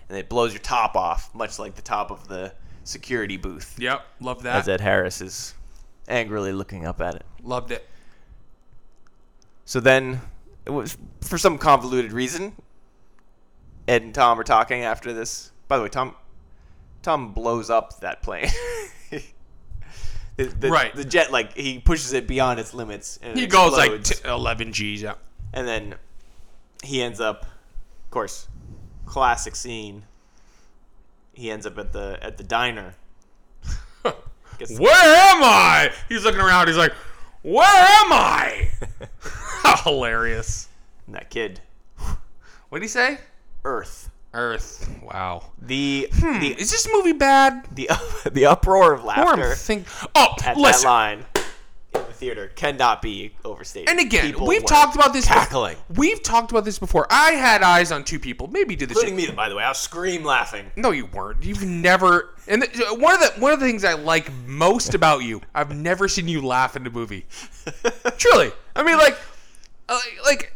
and it blows your top off, much like the top of the security booth. Yep. Love that. As Ed Harris is angrily looking up at it. Loved it. So then, it was for some convoluted reason, Ed and Tom are talking after this. By the way, Tom, Tom blows up that plane. <laughs> the, the, Right. The jet, like he pushes it beyond its limits. And it He goes like explodes. t- 11 G's. Yeah. and then he ends up of course classic scene he ends up at the at the diner Gets the- Where am I? He's looking around. He's like, Where am I? <laughs> Hilarious. and that kid What did he say? earth Earth. Wow. the the Is this movie bad? the <laughs> the uproar of Or laughter I'm think. Oh, at that listen. line in the theater cannot be overstated And again, People we've were talked about this. cackling We've talked about this before. I had eyes on two people. Maybe do this. including me by the way i was scream laughing <laughs> No, you weren't. You've never. And th- one of the one of the things I like most about you, I've never seen you laugh in a movie. Truly, I mean, like, uh, like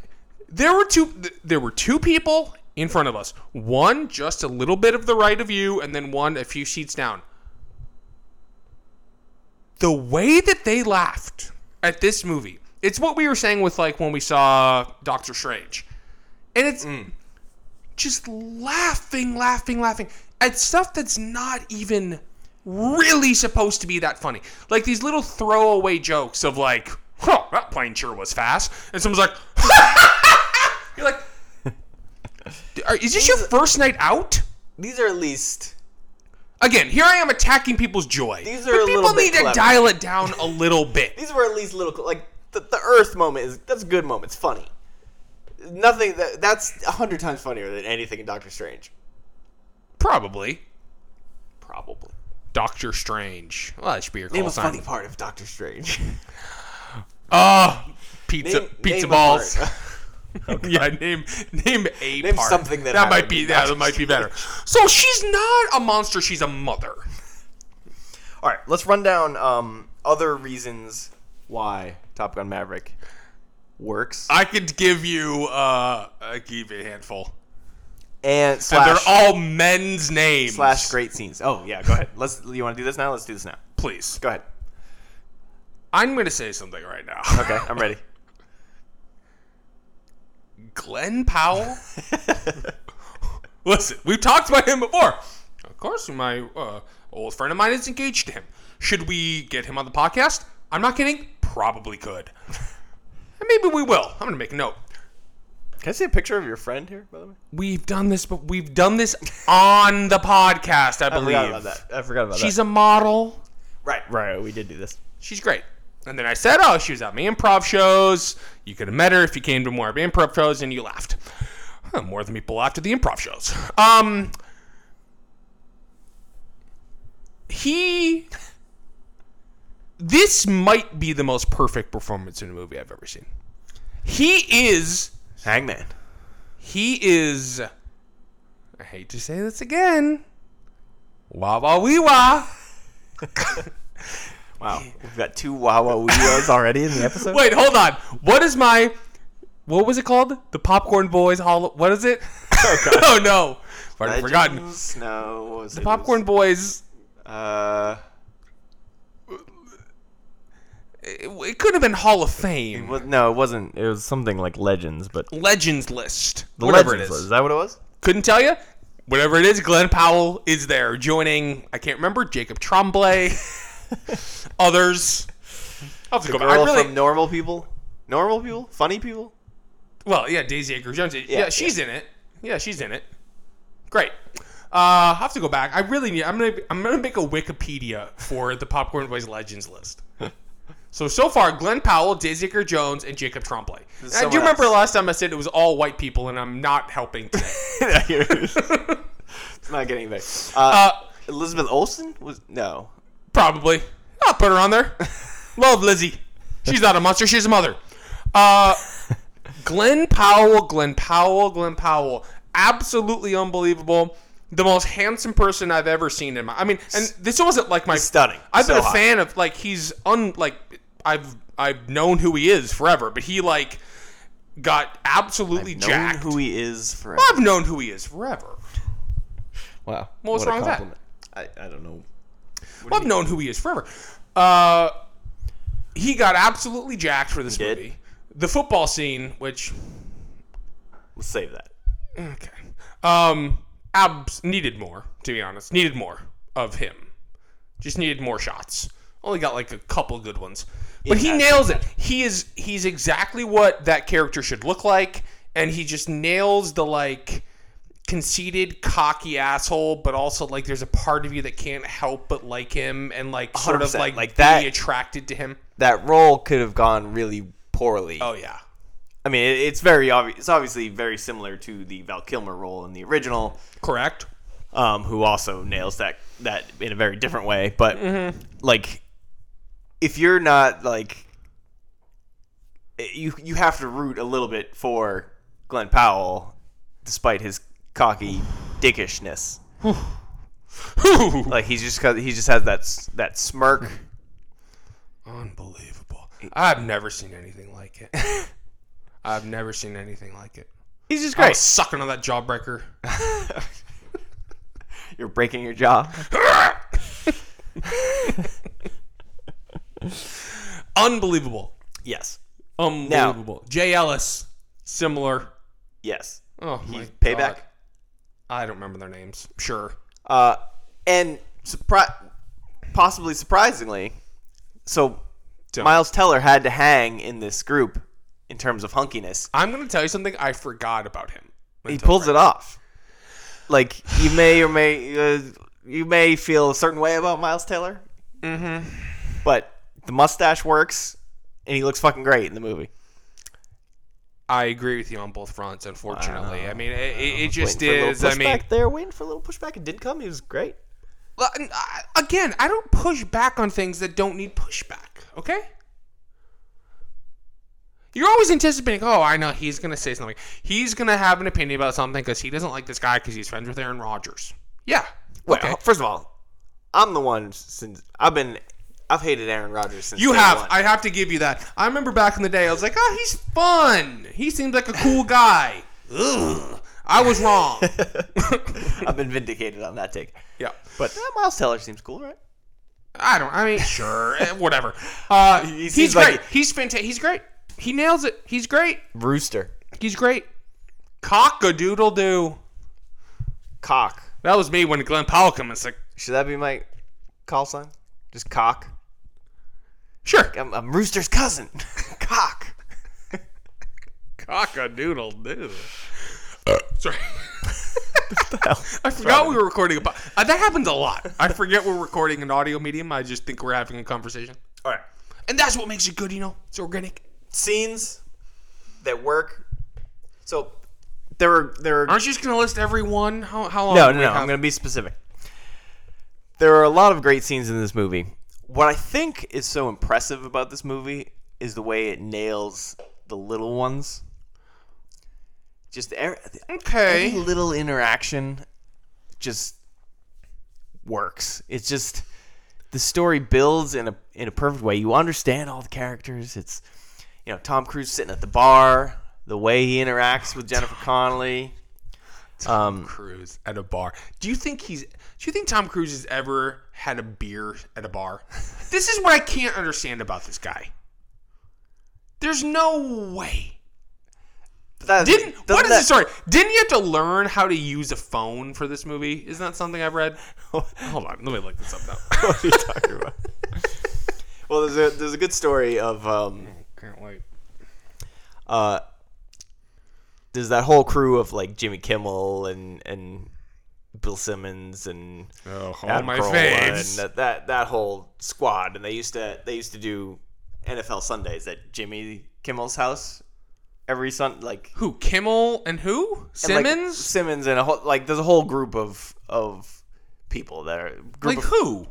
there were two th- there were two people in front of us. One just a little bit of the right of you, and then one a few seats down. The way that they laughed at this movie, it's what we were saying with like when we saw Doctor Strange, and it's just laughing, laughing, laughing at stuff that's not even really supposed to be that funny. Like these little throwaway jokes of like, "Huh, that plane sure was fast," and someone's like, <laughs> "You're like, "Are- is this your first night out?" these are at least Again, here I am attacking people's joy. These are but a people little bit need clever. to dial it down a little bit. these were at least little like the, the earth moment is that's a good moment it's funny nothing that that's a hundred times funnier than anything in doctor strange Probably. probably Doctor Strange. Well, that should be your name call a funny sign. part of doctor <laughs> strange Uh, pizza, Name- pizza name a <laughs> balls. part. <laughs> yeah, name name a Name part. something that might happened. be yeah, that might <laughs> be better. So she's not a monster; she's a mother. all right let's run down um, other reasons why top gun maverick works I could give you uh, I could give you a handful, and and slash, they're all men's names. slash great scenes oh yeah go ahead let's you want to do this now let's do this now please. go ahead I'm gonna say something right now. <laughs> okay i'm <laughs> ready Glenn <laughs> Powell. Listen, we've talked about him before. Of course, my uh, old friend of mine is engaged to him. Should we get him on the podcast? I'm not kidding. <laughs> Probably could. And maybe we will. I'm gonna make a note. can i see a picture of your friend here by the way We've done this, but we've done this on the podcast, I i believe. forgot about that i forgot about She's a model. that right right we did do this She's great. And then I said, oh, she was at my improv shows. You could have met her if you came to more of my improv shows, and you laughed. Huh, more than people laughed at the improv shows. Um, he. This might be the most perfect performance in a movie I've ever seen. He is hangman he is. I hate to say this again. Wah wah <laughs> wee wah. Wow, we've got two Wawa Weos already in the episode. Wait, hold on. What is my? What was it called? The Popcorn Boys Hall. What is it? <laughs> Oh, no, I've already forgotten. Legends? No, what was uh, it? Popcorn Boys. It was, It, it could have been Hall of uh, Fame. well, no, it wasn't. It was something like Legends, but Legends list. the whatever Legends it was. is. Is that what it was? Couldn't tell you. Whatever it is, Glenn Powell is there, joining. I can't remember <laughs> Jacob Tremblay. others. I'll have to go back. I Girl really- from Normal People. Normal people, funny <laughs> people. Well, yeah, Daisy Edgar Jones. Yeah, yeah. she's in it. Yeah, she's in it. Great. Uh, I have to go back. I really need. I'm gonna. I'm gonna make a Wikipedia for the Popcorn Boys Legends list. so so far, Glenn Powell, Daisy Edgar Jones, and Jacob Tremblay. And I do someone remember else. last time I said it was all white people, and I'm not helping today. <laughs> it's not getting there. Uh, uh, Elizabeth Olsen was no. probably. I'll put her on there. Love Lizzie. She's not a monster. She's a mother. Uh, Glenn Powell, Glenn Powell, Glenn Powell. Absolutely unbelievable. The most handsome person I've ever seen in my. I mean, and this wasn't like my stunning. I've So been a hot. fan of like he's un like I've I've known who he is forever, but he like got absolutely Known jacked. who he is forever. I've known who he is forever. Wow. What was a wrong with that? compliment. I, I don't know. Well, I've known who he is forever. Uh, he got absolutely jacked for this did? movie. The football scene, which Let's save that. okay, um, abs needed more. To be honest, needed more of him. Just needed more shots. Only got like a couple good ones, but he nails it. He is he's exactly what that character should look like, and he just nails the like conceited, cocky asshole, but also like there's a part of you that can't help but like him and like sort of 100%, like, like be that- attracted to him. That role could have gone really poorly. Oh yeah. I mean, it, it's very obvious. It's obviously very similar to the Val Kilmer role in the original, Correct. <laughs> um, who also nails that that in a very different way. But Mm-hmm. like, if you're not like, eh, you you have to root a little bit for Glenn Powell, despite his cocky dickishness. Like he's just got- he just has that s- that smirk. Unbelievable. I've never seen anything like <laughs> it. I've never seen anything like it. <laughs> He's just I great. was sucking on that jawbreaker. You're breaking your jaw. Unbelievable. <laughs> Yes. Unbelievable. Jay Ellis, similar. Yes. Oh, my Payback. God. I don't remember their names. Sure. Uh, and surpri- possibly surprisingly, so Don't. Miles Teller had to hang in this group in terms of hunkiness. I'm going to tell you something I forgot about him. He pulls it off. Like you may or may uh, you may feel a certain way about Miles Teller, mm-hmm. but the mustache works, and he looks fucking great in the movie. I agree with you on both fronts, unfortunately. I mean, it, it, it just For a is. little I pushback mean, there, waiting for a little pushback. It didn't come. He was great. Well, and I- again, I don't push back on things that don't need pushback, okay? You're always anticipating, oh, I know he's going to say something. He's going to have an opinion about something because he doesn't like this guy because he's friends with Aaron Rodgers. Yeah. Well, okay. first of all, I'm the one since I've been. I've hated Aaron Rodgers since You day have. one. I <laughs> have to give you that. I remember back in the day, I was like, oh, he's fun. He seems like a cool guy. Ugh. I was wrong. <laughs> I've been vindicated on that take. <laughs> yeah. But eh, Miles Teller seems cool, right? I don't. I mean, sure, eh, whatever. Uh, seems he's like great. he's fantastic. He's great. He nails it. He's great. Rooster. He's great. Cock a doodle doo. Cock. That was me when Glenn Powell came and said, Should that be my call sign? Just cock. "Sure, I'm, I'm Rooster's cousin. <laughs> cock. cock a doodle doo." Sorry, I forgot we were recording a. po- Uh, that happens a lot. I forget we're recording an audio medium. I just think we're having a conversation, All right. and that's what makes it good. You know, it's organic. Scenes that work. So there were there were Aren't you just gonna list every one? How how long? No, do no, we no. have? I'm going to be specific. There are a lot of great scenes in this movie. What I think is so impressive about this movie is the way it nails the little ones. Just every, Okay. every little interaction just works. It's just the story builds in a in a perfect way. You understand all the characters. It's you know Tom Cruise sitting at the bar, the way he interacts with Jennifer Connelly. Um, Cruise at a bar. Do you think he's? Do you think Tom Cruise has ever had a beer at a bar? this is what I can't understand about this guy. There's no way. that- Didn't doesn't what is that- this? Sorry, didn't you have to learn how to use a phone for this movie? Isn't that something <laughs> I've read? Hold on, let me look this up now. what are you talking about? <laughs> well, there's a there's a good story of um <laughs> can't wait. uh there's that whole crew of like Jimmy Kimmel and and Bill Simmons and Oh, all Adam my Carolla faves. and that, that that whole squad and they used to they used to do NFL Sundays at Jimmy Kimmel's house every Sun like who Kimmel and who and, like, Simmons? Simmons and a whole like there's a whole group of of people that are group Like, of who?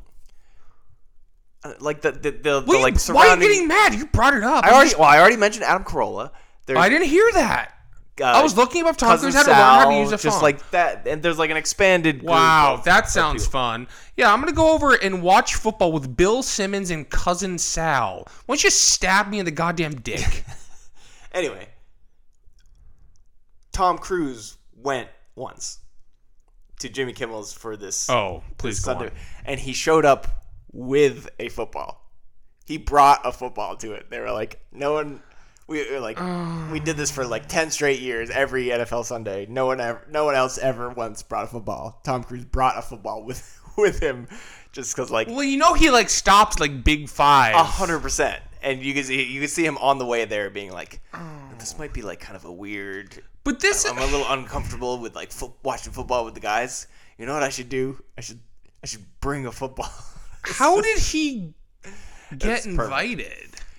uh, like the the, the, the Well, like you- why are you surrounding. getting mad? You brought it up. I I'm already just- well, I already mentioned Adam Carolla. There's I didn't hear that. uh, I was looking up Tom Cousin Cruise how to learn how to Sal, use a phone. just like that, and there's like an expanded. group wow, of- that sounds fun. Yeah, I'm gonna go over and watch football with Bill Simmons and cousin Sal. Why don't you stab me in the goddamn <laughs> dick? <laughs> Anyway, Tom Cruise went once to Jimmy Kimmel's for this oh, please go Sunday, on. and he showed up with a football. He brought a football to it. They were like, no one. We we were like we did this for like ten straight years. Every NFL Sunday, no one ever, no one else ever once brought a football. Tom Cruise brought a football with <laughs> with him, just because like Well, you know he like stops like big five. a hundred percent. And you can see you can see him on the way there being like, this might be like kind of a weird. But this I'm a little <laughs> uncomfortable with like fo- watching football with the guys. You know what I should do? I should I should bring a football. <laughs> How did he get That's perfect. invited?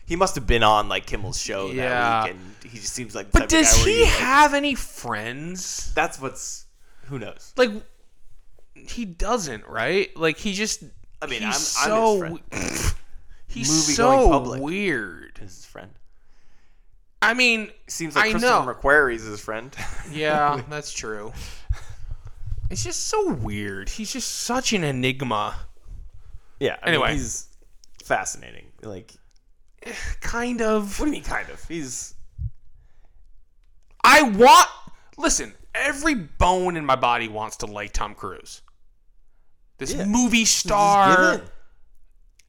he must have been on like Kimmel's show Yeah. that week, and he just seems like. the But type of does guy where he you, like- have any friends? that's what's. Who knows? Like he doesn't, right? Like he just I mean, he's I'm- I'm his so <laughs> he's Movie-going so public. weird. His friend I mean, seems like I Christopher know. McQuarrie's his <laughs> friend. yeah, <laughs> that's true. It's just so weird. He's just such an enigma. yeah. I mean, Anyway. he's fascinating. Like, Kind of. what do you mean? Kind of. He's I want. Listen, every bone in my body wants to like Tom Cruise. This Yeah. movie Give star. in.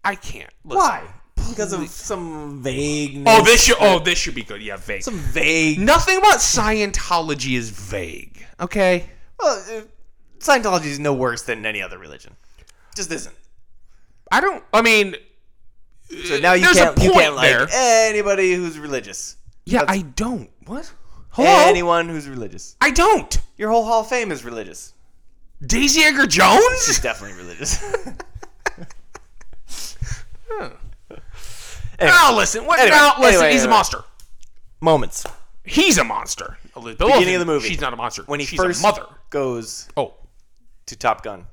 I can't. Listen. Why? Because of some vagueness. Oh, this should. Oh, this should be good. Yeah, vague. some vague. Nothing about Scientology is vague. Okay. Well, uh, Scientology is no worse than any other religion. Just isn't. I don't. I mean. So now you There's a can't you point can't like there. anybody who's religious. Yeah, I don't. What? Hello. Anyone who's religious. I don't. Your whole Hall of Fame is religious. Daisy Edgar Jones. It's definitely religious. Now listen. What? Anyway, now listen. anyway, he's a anyway. monster. Moments. He's a monster. Elizabeth Beginning Olsen, of the movie. She's not a monster. When he she's first a mother. goes Oh, to Top Gun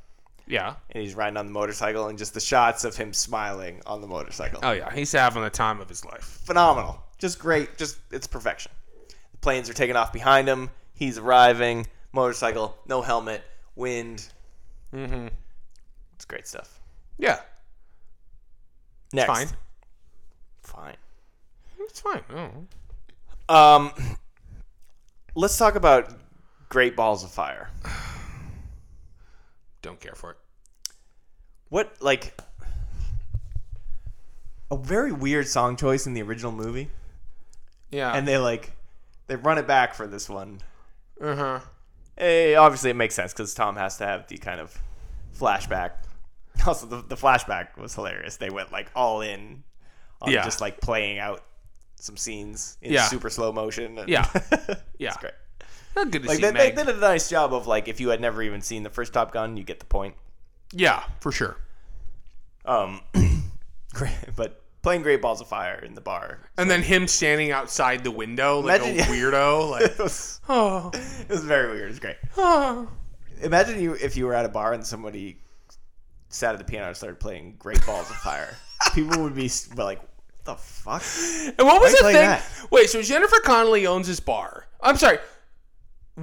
yeah. and he's riding on the motorcycle and just the shots of him smiling on the motorcycle. Oh yeah, he's having the time of his life. phenomenal. Just great. Just it's perfection. The planes are taking off behind him. He's arriving. Motorcycle, no helmet, wind. Mm-hmm. It's great stuff. Yeah, Next. fine. Fine. It's fine. Oh. Um, let's talk about Great Balls of Fire. Don't care for it. What like a very weird song choice in the original movie, Yeah. and they like they run it back for this one. uh huh. Eh, obviously, it makes sense because Tom has to have the kind of flashback. <laughs> Also, the, the flashback was hilarious. They went like all in on Yeah. just like playing out some scenes in Yeah. super slow motion. and- Yeah. <laughs> Yeah. it's great. Not good to Like see they, they Meg. did a nice job of like if you had never even seen the first Top Gun, you get the point. yeah, for sure. Um, <clears throat> great, but playing Great Balls of Fire in the bar. <laughs> And then him standing outside the window like Imagine- a <laughs> weirdo. Like, It was, oh, it was very weird. It's great. oh. Imagine you if you were at a bar and somebody sat at the piano and started playing Great Balls of <laughs> Fire. People would be s- be like, "What the fuck?" And what Why was the play thing? that? Wait, so Jennifer Connelly owns this bar. I'm sorry.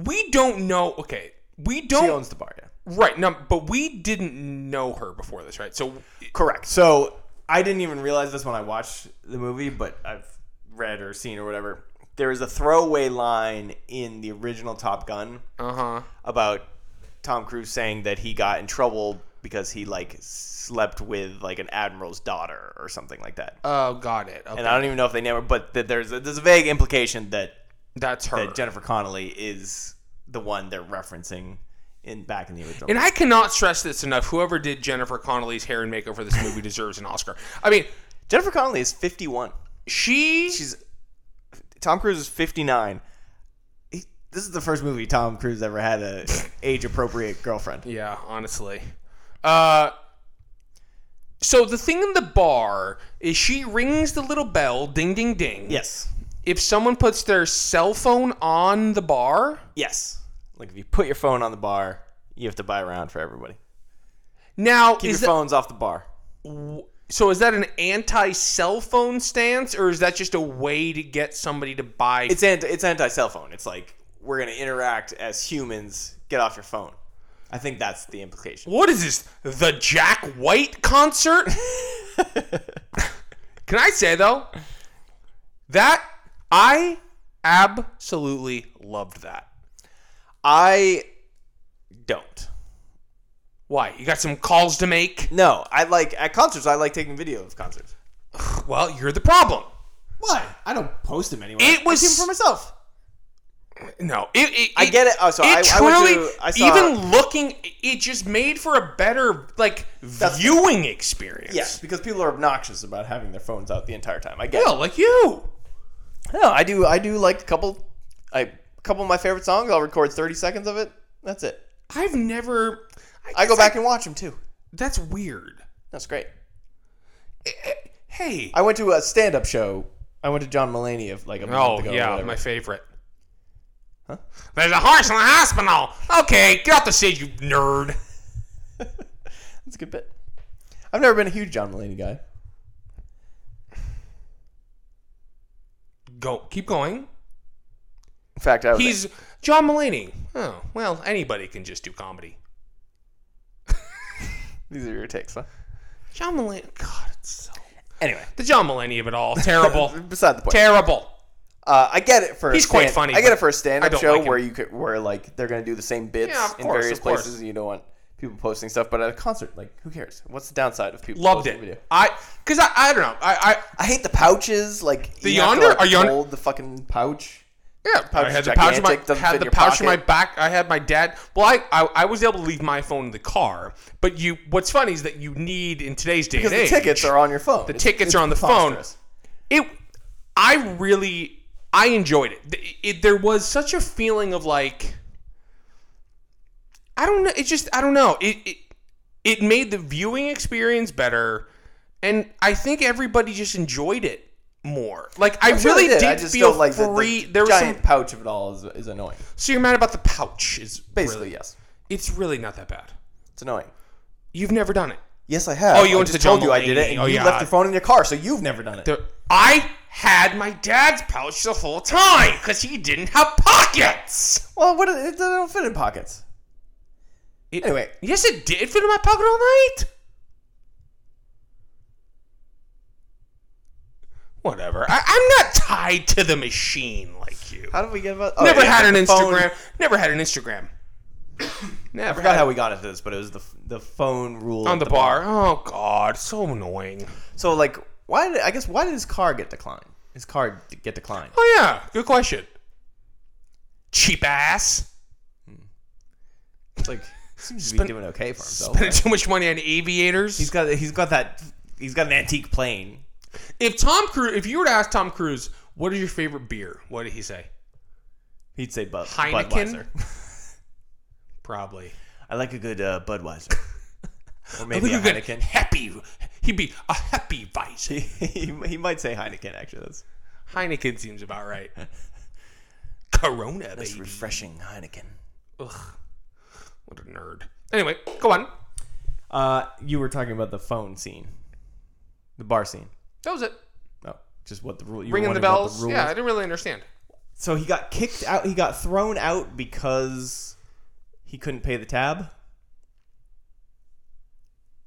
We don't know. Okay. We don't. She owns the bar, yeah. right. No, but we didn't know her before this, right? So, Correct. So I didn't even realize this when I watched the movie, but I've read or seen or whatever. There is a throwaway line in the original Top Gun uh Uh-huh. huh. about Tom Cruise saying that he got in trouble because he like slept with like an admiral's daughter or something like that. Oh, got it. Okay. and I don't even know if they never, but that there's a, there's a vague implication that That's her. that Jennifer Connelly is the one they're referencing in back in the original. And I cannot stress this enough. Whoever did Jennifer Connelly's hair and makeup for this movie <laughs> deserves an Oscar. I mean, Jennifer Connelly is 51. she. She's Tom Cruise is 59. He, this is the first movie Tom Cruise ever had <laughs> a age appropriate girlfriend. Yeah, honestly. Uh, so the thing in the bar is she rings the little bell, ding, ding, ding. Yes. If someone puts their cell phone on the bar, Yes. Like if you put your phone on the bar, you have to buy a round for everybody. now Keep is your that, phones off the bar. So is that an anti-cell phone stance, or is that just a way to get somebody to buy? It's anti, it's anti cell phone. It's like we're gonna interact as humans. Get off your phone. I think that's the implication. what is this? The Jack White concert? <laughs> Can I say though that I absolutely loved that. I don't. Why? You got some calls to make? No, I like at concerts. I like taking video of concerts. Well, you're the problem. What? I don't post them anywhere. It was- I keep 'em for myself. No, it, it, I get it. Oh, so it I, truly, I went to. I saw, even looking, it just made for a better like viewing experience. Yes, because people are obnoxious about having their phones out the entire time. I get. Well, like you. it. No, I do. I do like a couple. I a couple of my favorite songs. I'll record thirty seconds of it. That's it. I've never. I go back and watch them too. That's weird. Eh, That's great. Hey. I went to a stand-up show. I went to John Mulaney of like a month oh ago. or yeah, whatever. my favorite. There's a horse in the hospital. Okay, get off the stage, you nerd. That's a good bit. I've never been a huge John Mulaney guy. Go. Keep going. In fact, I was He's John Mulaney. Oh well, anybody can just do comedy. These are your takes, huh? John Mulaney. God, it's so. Anyway, The John Mulaney of it all. <laughs> Terrible. beside the point. Terrible. Uh, I get it for a He's quite stand- funny, I get but it for a I stand-up don't show like him. where you could where like they're gonna do the same bits Yeah, of in course, various of course. places. and You don't want people posting stuff, but at a concert, like who cares? What's the downside of people? Loved posting it. Video? I because I, I don't know. I, I I hate the pouches. Like The you have to, yonder- like, are yonder- hold the fucking pouch. yeah. I is had the pouch in my gigantic, doesn't fit had in the your pouch in my pocket. back. I had my dad. Well, I, I I was able to leave my phone in the car. But you, what's funny is that you need in today's day Because and the age, tickets are on your phone. the tickets are on the phone. It. I really I enjoyed it. Th- it. There was such a feeling of like. I don't know. It just I don't know. It, it it made the viewing experience better, and I think everybody just enjoyed it more. Like I really did, I just feel don't like the- free. The, there was giant some. pouch of it all is, is annoying. So you're mad about the pouch? Is Basically, really- yes, It's really not that bad. it's annoying. You've never done it. Yes, I have. Oh, you I went to just the told John you I did Mulaney. it, and Oh, you yeah. left your phone in your car, so you've never done it. There, I had my dad's pouch the whole time because he didn't have pockets. well, what? It, it don't fit in pockets. It- Anyway, Yes, it did fit in my pocket all night. Whatever. I, I'm not tied to the machine like you. how did we get about? oh, Never yeah, had an the phone. Instagram. Never had <coughs> an Instagram. Never I forgot had how we got into this, but it was the the phone rule on at the bar. Oh God, so annoying. So like, why did I guess why did his car get declined? His car d- get declined. Oh yeah, good question. Cheap ass. It's like seems to be Spent- doing okay for himself. Spending too much money on aviators. He's got he's got that he's got an antique plane. If Tom Cruise, if you were to ask Tom Cruise, what is your favorite beer? What did he say? He'd say Bud, Heineken? Budweiser. Probably. I like a good uh, <laughs> Budweiser. Or maybe a Look at Heineken. <laughs> happy. He'd be a happy vice. he, he might say Heineken actually. That's Heineken seems about right. Corona, baby. refreshing Heineken. Ugh. What a nerd. Anyway, go on. Uh, you were talking about the phone scene, the bar scene. That was it. No, just what the rule. You were Ringing the wondering about bells. rules. yeah, I didn't really understand. So he got kicked out. He got thrown out because he couldn't pay the tab.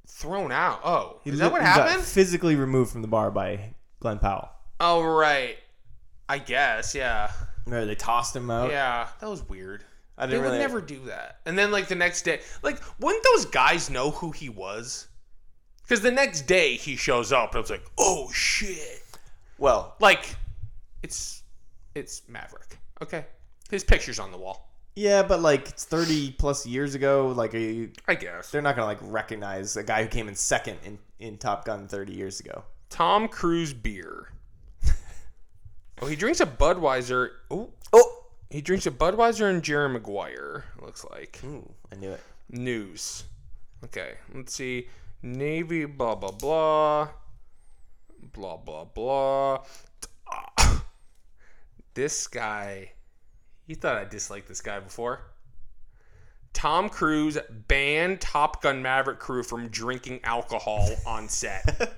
Thrown out. Oh, He is li- that what he got happened? physically removed from the bar by Glenn Powell. oh right. I guess. Yeah. Remember they tossed him out. Yeah. That was weird. I They didn't would really. never do that. And then like the next day, like wouldn't those guys know who he was? Because the next day he shows up and I was like, oh shit! Well, Like, it's it's Maverick. Okay, his picture's on the wall. yeah, but like it's thirty plus years ago. Like a, I guess they're not gonna like recognize a guy who came in second in, in Top Gun thirty years ago. Tom Cruise beer. <laughs> oh, he drinks a Budweiser. Oh, Oh, he drinks a Budweiser and Jerry Maguire. it Looks like Ooh, I knew it. news. Okay, let's see. Navy, blah, blah, blah. Blah, blah, blah. <coughs> Ah. This guy, you thought I disliked this guy before. Tom Cruise banned Top Gun Maverick crew from drinking alcohol on <laughs> set.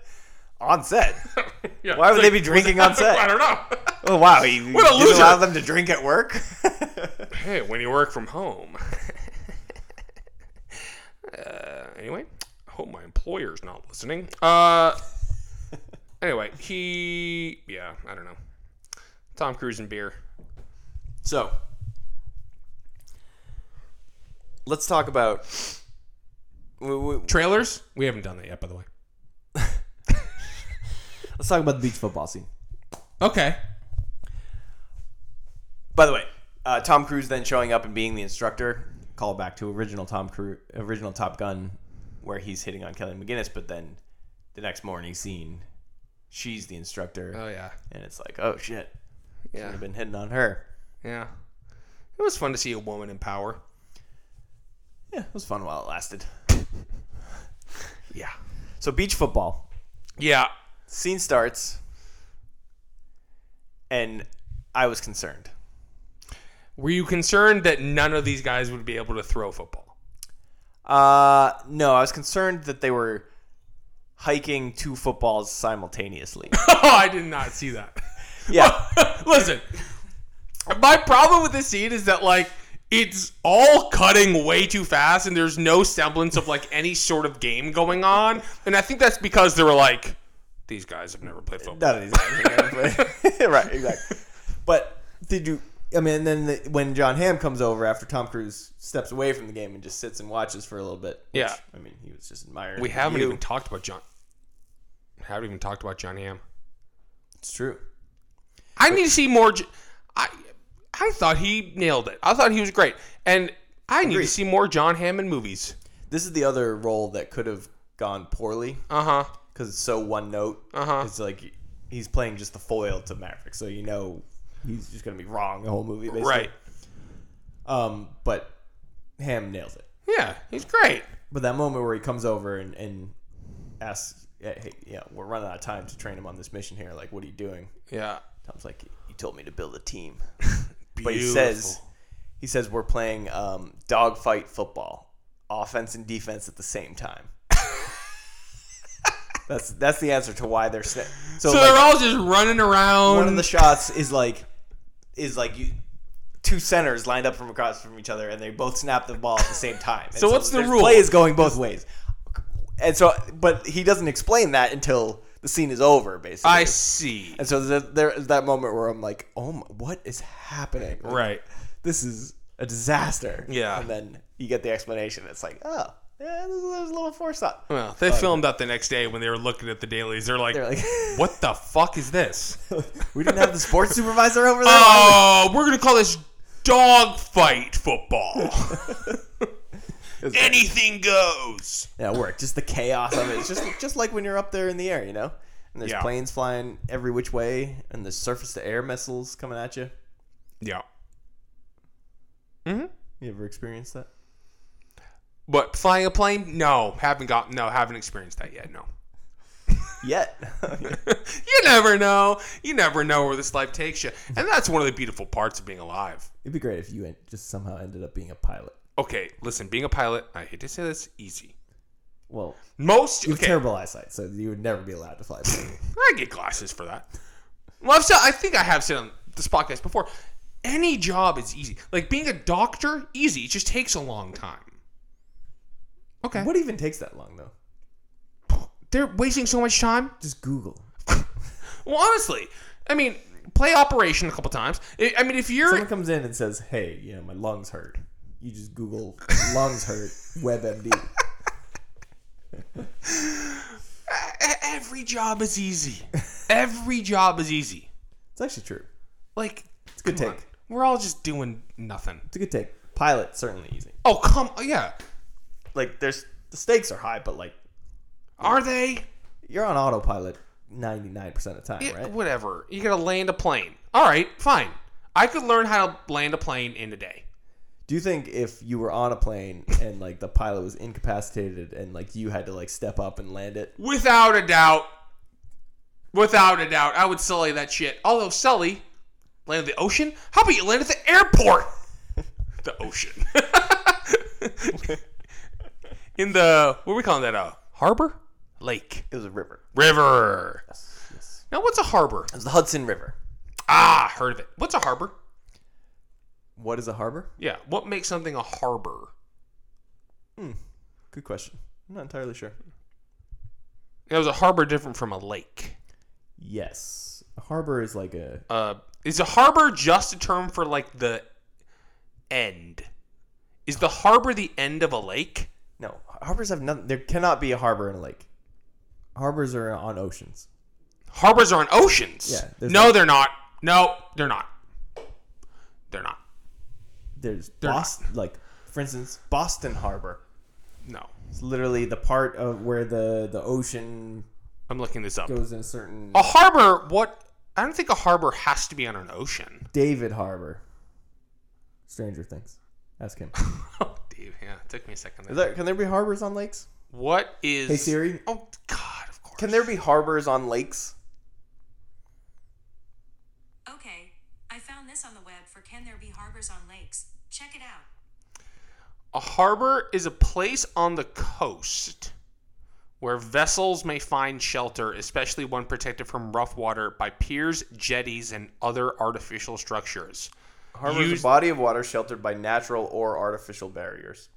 on <laughs> set. Yeah, Why it's would they be drinking <laughs> on I set? don't know. Oh wow, you What a didn't loser. allow them to drink at work. <laughs> Hey, when you work from home. <laughs> uh, anyway, I hope my employer's not listening. Uh, anyway, he. Yeah, I don't know. Tom Cruise and beer. so, let's talk about. we- we- Trailers? We haven't done that yet, by the way. Let's talk about the beach football scene. Okay. By the way, uh, Tom Cruise then showing up and being the instructor, call back to original Tom Cruise, original Top Gun, where he's hitting on Kelly McGinnis, but then the next morning scene, she's the instructor, Oh, yeah. and it's like, oh shit, Yeah. I've been hitting on her. Yeah. It was fun to see a woman in power. Yeah, it was fun while it lasted. Yeah. So beach football Yeah. scene starts, and I was concerned. Were you concerned that none of these guys would be able to throw <laughs> football? Uh, no, I was concerned that they were hiking two footballs <laughs> simultaneously. oh, I did not see that. <laughs> yeah. <laughs> Listen, my problem with this scene is that like it's all cutting way too fast, and there's no semblance <laughs> of like any sort of game going on. And I think that's because they were like, these guys have never played football. None of these guys. <laughs> right, exactly. But did you? I mean, and then the, when John Hamm comes over after Tom Cruise steps away from the game and just sits and watches for a little bit. which, Yeah. I mean, he was just admiring. We the haven't view. even talked about John. Haven't even talked about John Hamm. It's true. I need to see more. J- I I thought he nailed it. I thought he was great, and I need to see more John Hammond movies. This is the other role that could have gone poorly Uh huh. because it's so one note. Uh-huh. It's like he's playing just the foil to Maverick, so you know he's just gonna be wrong the whole movie. Basically. Right. Um, but Ham nails it. Yeah, he's great. But that moment where he comes over and, and asks, "Yeah, "Hey, yeah, we're running out of time to train him on this mission here. Like, what are you doing?" Yeah. Tom's like, "You told me to build a team." but he says he says we're playing um, dogfight football, offense and defense at the same time. that's that's the answer to why they're sna- so, so like, they're all just running around. one of the shots is like is like you two centers lined up from across from each other and they both snap the ball at the same time. And <laughs> So what's the there's rule? Play is going both ways. And so but he doesn't explain that until the scene is over basically. I see. and so there, there is that moment where I'm like, "Oh, my, what is happening?" Like, Right. this is a disaster. Yeah. And then you get the explanation. It's like, oh, yeah, there's, there's a little forethought. Well, they filmed that the next day when they were looking at the dailies. They're like, They're like, <laughs> "What the fuck is this? <laughs> we didn't have the sports supervisor over there. <laughs> oh, we're gonna call this dog <laughs> fight football. Anything goes." Yeah, it worked. Just the chaos of it. It's just just like when you're up there in the air, you know. And there's Yeah. planes flying every which way, and there's surface-to-air missiles coming at you. Yeah. You ever experienced that? But flying a plane? No, haven't got no, haven't experienced that yet. No. <laughs> <laughs> Yet. you never know. You never know where this life takes you, and that's one of the beautiful parts of being alive. It'd be great if you en- just somehow ended up being a pilot. Okay, listen, being a pilot, I hate to say this, easy. Well, Most you have okay, terrible eyesight, so you would never be allowed to fly. a plane. I get glasses for that. Well, I've said, I think I have said on this podcast before. Any job is easy. Like being a doctor, easy. It just takes a long time. Okay, what even takes that long, though? they're wasting so much time. Just Google. Well, honestly, I mean, play operation a couple times. I I mean, if you're Someone comes in and says, "Hey, you know, my lungs hurt." You just Google "lungs hurt" WebMD. E- every job is easy. <laughs> Every job is easy. It's actually true. Like It's a good take. come on. we're all just doing nothing. It's a good take. Pilot certainly easy. Oh come, yeah. Like there's the stakes are high, but like Are they? you're on autopilot 99% of the time, Yeah, right? Whatever. You gotta land a plane. All right, fine. I could learn how to land a plane in a day. Do you think if you were on a plane and like the pilot was incapacitated and like you had to like step up and land it? Without a doubt. Without a doubt, I would Sully that shit. Although Sully <laughs> landed the ocean, how about you land at the airport? the ocean. <laughs> in the what are we calling that? A harbor, lake, It was a river. river. Now, what's a harbor? It was the Hudson River. Ah, heard of it. What's a harbor? What is a harbor? Yeah, what makes something a harbor? Good question. I'm not entirely sure. Now, is a harbor different from a lake? Yes. A harbor is like a Uh, is a harbor just a term for like the end? Is the harbor the end of a lake? No, harbors have nothing. There cannot be a harbor in a lake. Harbors are on oceans. Harbors are on oceans. Yeah, there's no, they're not. No, they're not. They're not. There's Boston, like for instance, Boston Harbor. No. It's literally the part of where the the ocean I'm looking this up. goes in a certain A harbor, what? I don't think a harbor has to be on an ocean. <laughs> David Harbor. Stranger Things. Ask him. Oh, Dave, yeah, it took me a second. <laughs> Is there, can there be harbors on lakes? what is. Hey Siri, Oh, God, of course. can there be harbors on lakes? Okay, I found this on the web for Can There Be Harbors on Lakes? Check it out. A harbor is a place on the coast where vessels may find shelter, especially one protected from rough water by piers, jetties, and other artificial structures. Harbor is Use- a body of water sheltered by natural or artificial barriers.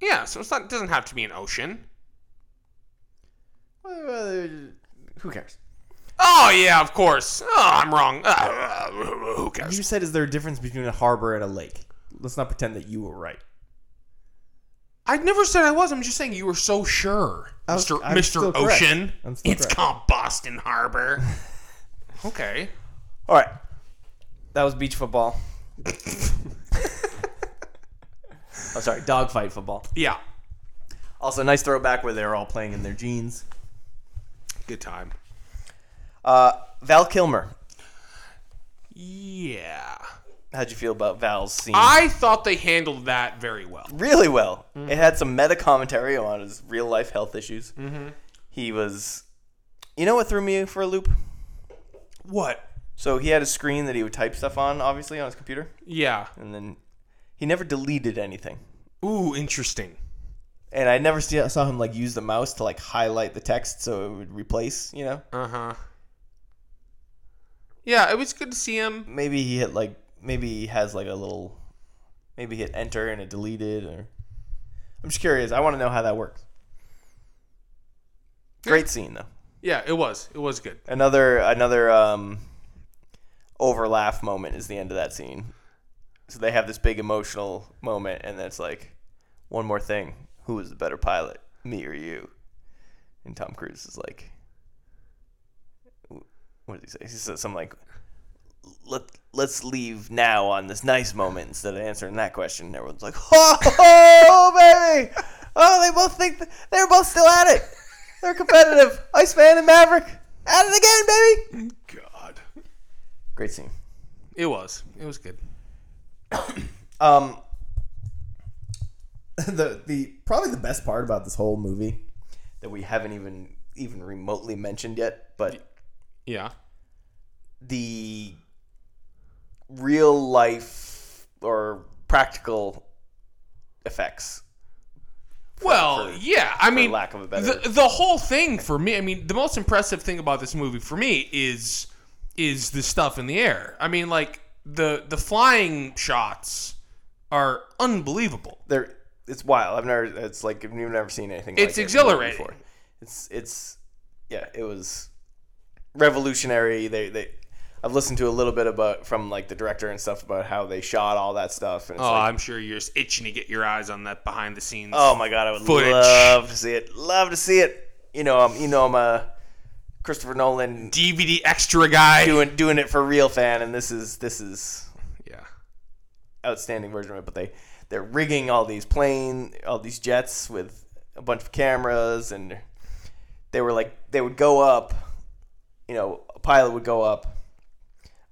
Yeah, so it's not, it doesn't have to be an ocean. Who cares? Oh, yeah, of course. Oh, I'm wrong. Ah, who cares? You said, is there a difference between a harbor and a lake? Let's not pretend that you were right. I never said I was. I'm just saying you were so sure, was- Mister I'm Mister still correct. Ocean. I'm still It's correct. called Boston <laughs> Harbor. okay. All right. That was beach <laughs> football. I'm sorry, dogfight football. Yeah. Also, nice throwback where they were all playing in their jeans. Good time. Uh, Val Kilmer. Yeah. How'd you feel about Val's scene? I thought they handled that very well. really well. It had some meta commentary on his real life health issues. Mm-hmm. He was. You know what threw me for a loop? What? So he had a screen that he would type stuff on, obviously, on his computer, Yeah. and then he never deleted anything. Ooh, interesting. and I never see, saw him like use the mouse to like highlight the text so it would replace. You know, Uh huh. Yeah, it was good to see him. maybe he hit like maybe he has like a little, maybe he hit enter and it deleted. Or I'm just curious. I want to know how that works. Great scene though. Yeah, it was. It was good. Another another um, overlaugh moment is the end of that scene. So they have this big emotional moment, and that's like one more thing. Who is the better pilot, me or you? And Tom Cruise is like, what did he say? He says something like, "Let let's leave now on this nice moment instead of answering that question." And everyone's like, "Oh, baby! Oh, they both think th- they're both still at it. They're competitive. Iceman and Maverick at it again, baby." God. Great scene. It was. It was good. Um, <laughs> the the probably the best part about this whole movie that we haven't even even remotely mentioned yet, but Yeah. the real life or practical effects, Well, for- yeah. I for mean, lack of a better. the, the whole thing for me i mean the most impressive thing about this movie for me is is the stuff in the air i mean like the the flying shots are unbelievable there, it's wild. I've never. It's like I've never seen anything. It's like it exhilarating. before. It's it's yeah. It was revolutionary. They they. I've listened to a little bit about from like the director and stuff about how they shot all that stuff. And it's oh like, i'm sure you're just itching to get your eyes on that behind the scenes Oh my god, I would Footage. love to see it. Love to see it. You know, um, you know, I'm a Christopher Nolan dvd extra guy doing doing it for real fan, and this is this is yeah outstanding version of it. But they they're rigging all these plane, all these jets with a bunch of cameras, and they were like they would go up. You know, a pilot would go up.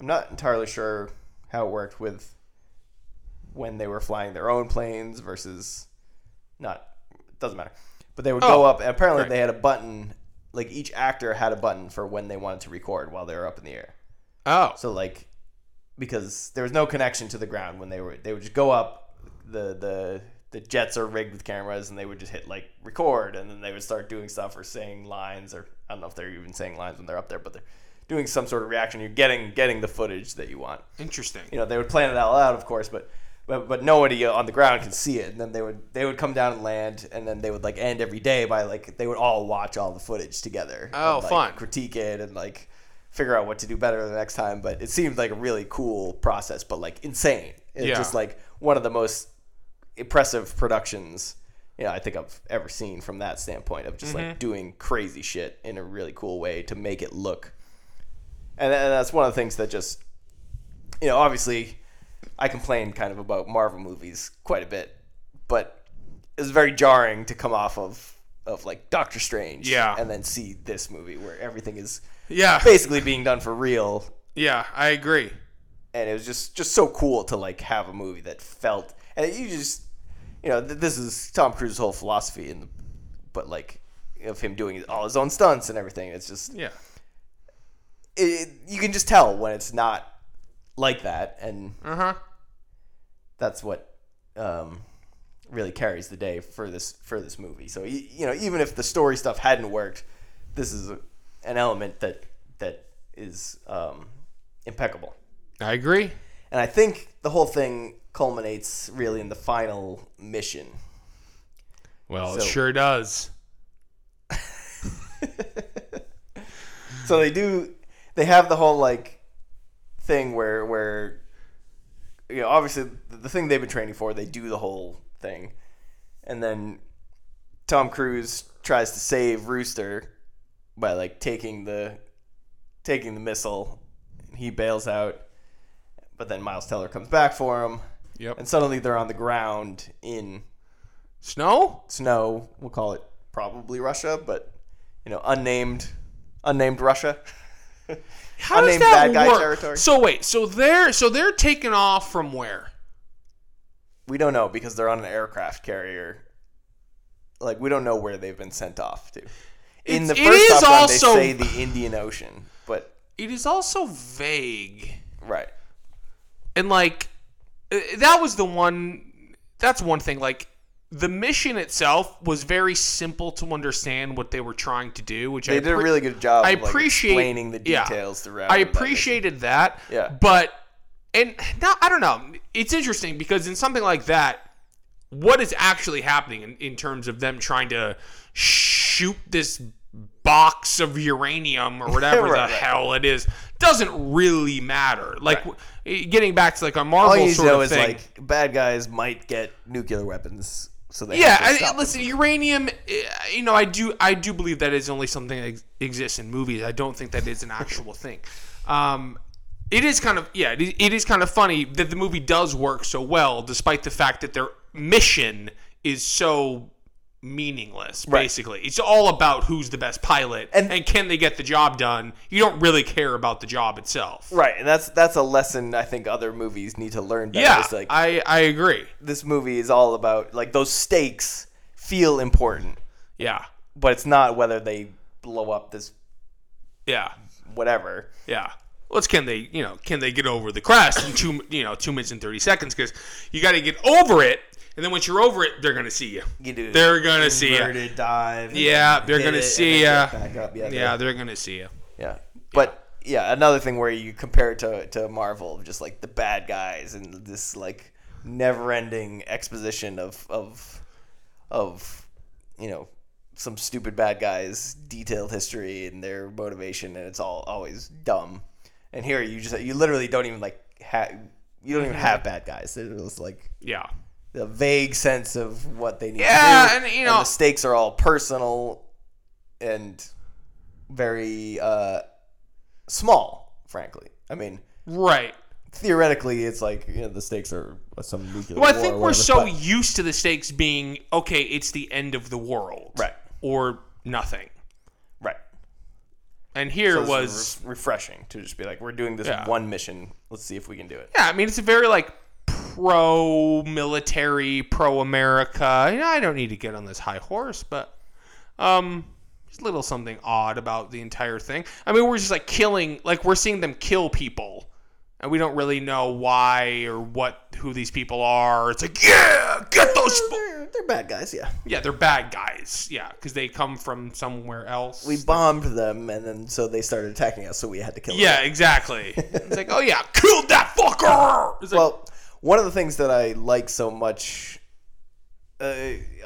I'm not entirely sure how it worked with when they were flying their own planes versus not. It doesn't matter. But they would Oh, go up. And apparently, right. they had a button. Like each actor had a button for when they wanted to record while they were up in the air. oh So like, because there was no connection to the ground when they were, they would just go up. The the the jets are rigged with cameras and they would just hit like record and then they would start doing stuff or saying lines or I don't know if they're even saying lines when they're up there, but they're doing some sort of reaction. You're getting getting the footage that you want. Interesting. You know, they would plan it all out, of course, but but, but nobody uh, on the ground can see it. And then they would they would come down and land, and then they would like end every day by like they would all watch all the footage together. Oh, and, like, fun. Critique it and like figure out what to do better the next time. But it seemed like a really cool process, but like insane. It's Yeah. just like one of the most impressive productions you know I think I've ever seen from that standpoint of just Mm-hmm. like doing crazy shit in a really cool way to make it look. And, and that's one of the things that just you know obviously I complain kind of about Marvel movies quite a bit, but it's very jarring to come off of of like Doctor Strange Yeah. and then see this movie where everything is Yeah. basically being done for real Yeah, I agree. and it was just just so cool to like have a movie that felt and you just you know th- this is Tom Cruise's whole philosophy and but like of him doing all his own stunts and everything it's just Yeah. it, you can just tell when it's not like that and Uh huh. that's what um, really carries the day for this for this movie. So y- you know, even if the story stuff hadn't worked, this is a, an element that that is um, impeccable. I agree. And I think the whole thing culminates really in the final mission. Well, it So- sure does. So they do they have the whole like thing where where you know, obviously the the thing they've been training for, they do the whole thing. And then Tom Cruise tries to save Rooster by like taking the taking the missile. He bails out, but then Miles Teller comes back for him, Yep. and suddenly they're on the ground in Snow? snow. We'll call it probably Russia, but you know, unnamed, unnamed Russia. <laughs> How does Unnamed that bad guy work? territory. So wait, so they're so they're taking off from where? We don't know because they're on an aircraft carrier. Like we don't know where they've been sent off to. In It's- the it first is top run, they also- say the Indian Ocean, but It is also vague. right, and like uh, that was the one that's one thing like the mission itself was very simple to understand what they were trying to do which they I did a appre- really good job. I of, like, appreciate- explaining the yeah. details throughout. I of that appreciated that. Yeah. But and now I don't know. It's interesting because in something like that, what is actually happening in, in terms of them trying to shoot this box of <laughs> uranium or whatever Right, right. the hell it is doesn't really matter. Like w- getting back to like a Marvel mission. All you sort know of is thing. like bad guys might get nuclear weapons, so they Yeah, have to I, stop listen, uranium. eh, You know, I do, I do believe that is only something that ex- exists in movies. I don't think that is <laughs> an actual thing. Um, it is kind of, yeah, it is, it is kind of funny that the movie does work so well, despite the fact that their mission is so meaningless. Basically, it's all about who's the best pilot and, can they get the job done. You don't really care about the job itself. Right, and that's that's a lesson I think other movies need to learn. Better. Yeah, is, like I, I agree. this movie is all about like those stakes feel important, Yeah, but it's not whether they blow up this yeah. whatever. Yeah. Well, it's can they, you know, can they get over the crest in two, you know, two minutes and thirty seconds? Because you got to get over it, and then once you're over it, they're gonna see you. You do They're gonna see you. inverted dive. Yeah, they're hit gonna it, and see then ya. get back up. Yeah, they- Yeah, they're gonna see you. yeah. But yeah, another thing where you compare it to to Marvel, just like the bad guys and this like never-ending exposition of of of you know some stupid bad guys detailed history and their motivation and it's all always dumb and here you just you literally don't even like ha you don't even Mm-hmm. have bad guys it was like Yeah. the vague sense of what they need Yeah, to do. and, you know- the stakes are all personal and very uh, small, frankly. I mean, Right. theoretically, it's like you know, the stakes are some nuclear Well, I war think or we're whatever, so but- used to the stakes being okay. It's the end of the world, Right. Or nothing. right. And here This it is was, re- refreshing to just be like, we're doing this Yeah. one mission. Let's see if we can do it. yeah. I mean, it's a very like pro-military, pro-America. You know, I don't need to get on this high horse, but Um, there's a little something odd about the entire thing. I mean, we're just like killing, like we're seeing them kill people and we don't really know why or what who these people are. It's like, yeah, get those. sp-" They're, they're bad guys, yeah. Yeah, they're bad guys. Yeah, because they come from somewhere else. We bombed them, and then so they started attacking us, so we had to kill them. yeah, exactly. it's like, oh yeah, killed that fucker. It's like, Well, one of the things that I like so much uh,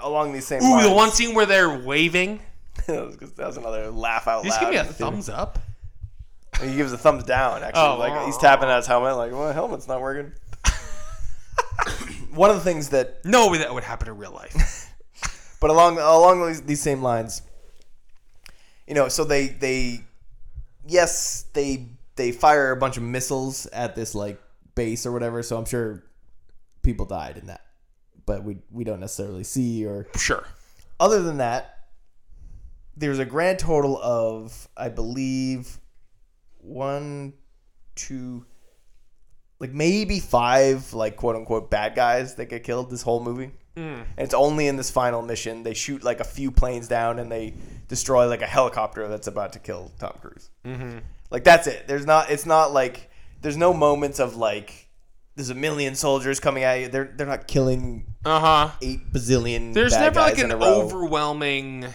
along these same ooh, lines. the one scene where they're waving. <laughs> that, was, that was another laugh out Just loud. give me a thumbs up. He gives a thumbs down. Actually, Oh. like he's tapping at his helmet, like, "Well, helmet's not working." One of the things that, No, that would happen in real <laughs> life. but along along these, these same lines, you know, so they they, yes, they they fire a bunch of missiles at this like base or whatever. So I'm sure people died in that, but we we don't necessarily see or sure. other than that, there's a grand total of, I believe, one, two, like maybe five, like quote unquote bad guys that get killed this whole movie. Hmm. And it's only in this final mission they shoot like a few planes down and they destroy like a helicopter that's about to kill Tom Cruise. Mm-hmm. Like that's it. There's not. It's not like there's no moments of like there's a million soldiers coming at you. They're they're not killing Uh huh. eight bazillion. There's bad never like guys in an a row. overwhelming.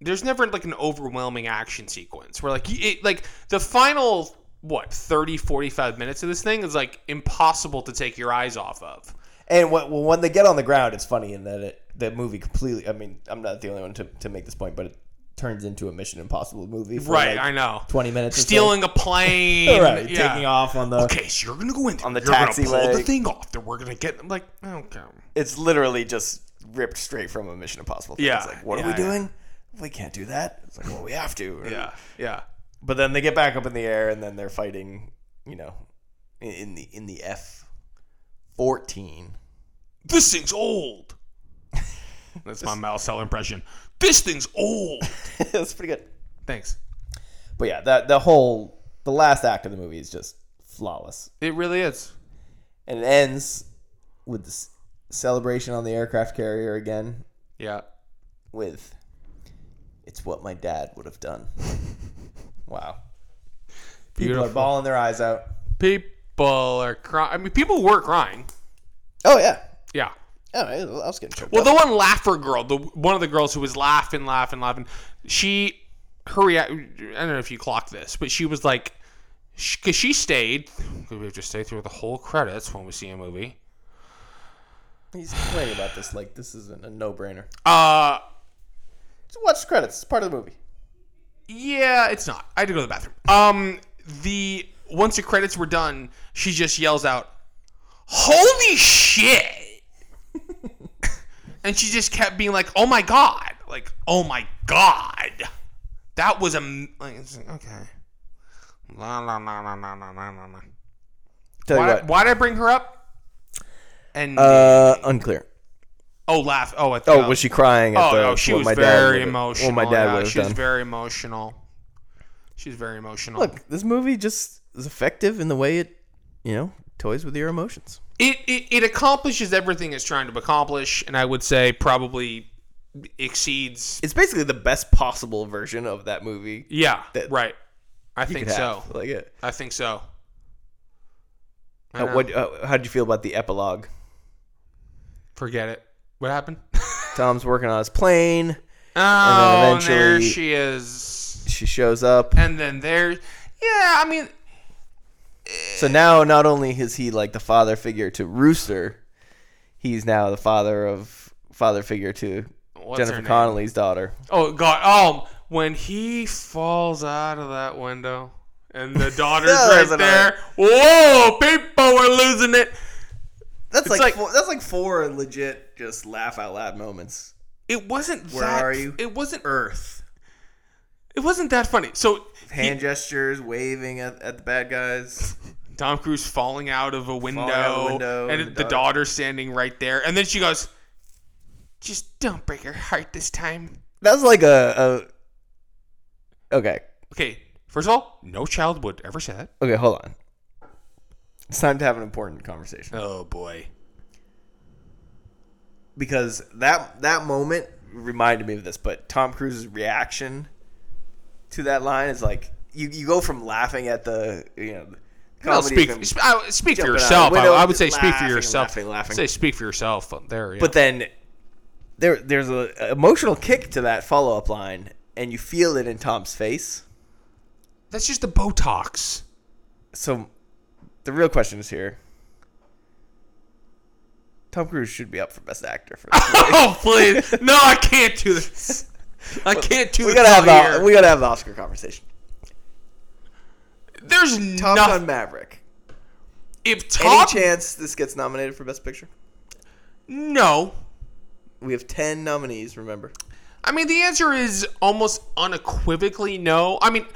There's never like an overwhelming action sequence where like it, like the final what 30 45 minutes of this thing is like impossible to take your eyes off of. And when, well, when they get on the ground, it's funny in that it, the movie completely. I mean, I'm not the only one to, to make this point, but it turns into a Mission Impossible movie. For Right, like I know. 20 minutes. or so. <laughs> Stealing a plane, Right, yeah. taking off on the. Okay, so you're gonna go in there. On the you're gonna taxi pull the leg. thing off. Then we're gonna get I'm like okay. <laughs> It's literally just ripped straight from a Mission Impossible. Thing. Yeah, It's like, what yeah, are we yeah. doing? We can't do that. It's like, well, we have to. <laughs> Yeah, yeah. But then they get back up in the air, and then they're fighting. You know, in, in the in the F fourteen. <laughs> This thing's old. That's my Malcell impression. This thing's old. That's pretty good. Thanks. But yeah, that the whole the last act of the movie is just flawless. It really is. and it ends with this celebration on the aircraft carrier again Yeah. with it's what my dad would have <laughs> done wow people are Beautiful. bawling their eyes out People are crying. I mean, people were crying. oh yeah Yeah. oh, I I was getting choked Well, well, the one laugher girl, the one of the girls who was laughing, laughing, laughing, she, her react. I don't know if you clocked this, but she was like, because she, stayed. Because we have to stay through the whole credits when we see a movie. he's complaining about this like this isn't a no-brainer Uh, just watch the credits it's part of the movie yeah, it's not. I had to go to the bathroom. Um, the once the credits were done, she just yells out, "Holy shit!" <laughs> and she just kept being like, "Oh my god!" Like, "Oh my god!" That was a m- like, it's like, okay. La la la la la la la la. la. tell Why why did I bring her up? And uh unclear oh, laugh. Oh, I oh thought. was she crying at Oh the, no, she what was my dad very would've- emotional. what my dad yeah, would have she was done very emotional. She's very emotional. look this movie just is effective in the way it you know toys with your emotions it, it it accomplishes everything it's trying to accomplish, and I would say probably exceeds. it's basically the best possible version of that movie Yeah, that right. I think could so. have. Like, yeah. I think so. I How, know. what, uh, how'd you feel about the epilogue? Forget it. <laughs> What happened? Tom's working on his plane. Oh, and there eventually- she is. She shows up. And then there. Yeah, I mean, So now, not only is he like the father figure to Rooster, he's now the father of father figure to what's her Jennifer name? Connelly's daughter. Oh God! Um, when he falls out of that window and <laughs> the daughter's That right was there. Whoa! People are losing it. That's like like- four, that's like four legit just laugh out loud moments. It wasn't Where that. are you? It wasn't. Earth It wasn't that funny. So hand gestures, waving at, at the bad guys. Tom Cruise falling out of a window, out of a window and, and the the daughter. daughter- standing right there, and then she goes, "Just don't break her heart this time." That's like a, a okay. Okay. First of all, no child would ever say that. Okay, hold on. It's time to have an important conversation. Oh boy. because that that moment reminded me of this, but Tom Cruise's reaction to that line is like you, you go from laughing at the you know Well, Comedy speak of him sp- I- speak for jumping out yourself. the I, window I and would say just speak for laughing and yourself. laughing, laughing. Say speak for yourself up there. Yeah. But then there there's a, a emotional kick to that follow up line, and you feel it in Tom's face. that's just <laughs> the Botox. So the real question is here. Tom Cruise should be up for Best Actor for <laughs> this. Oh please! No, I can't do this. I can't do we this gotta have out the, here. we gotta have the Oscar conversation. There's Top nothing. Gun Maverick. If Any Top, chance this gets nominated for Best Picture? no. We have ten nominees. Remember, I mean, the answer is almost unequivocally no. I mean,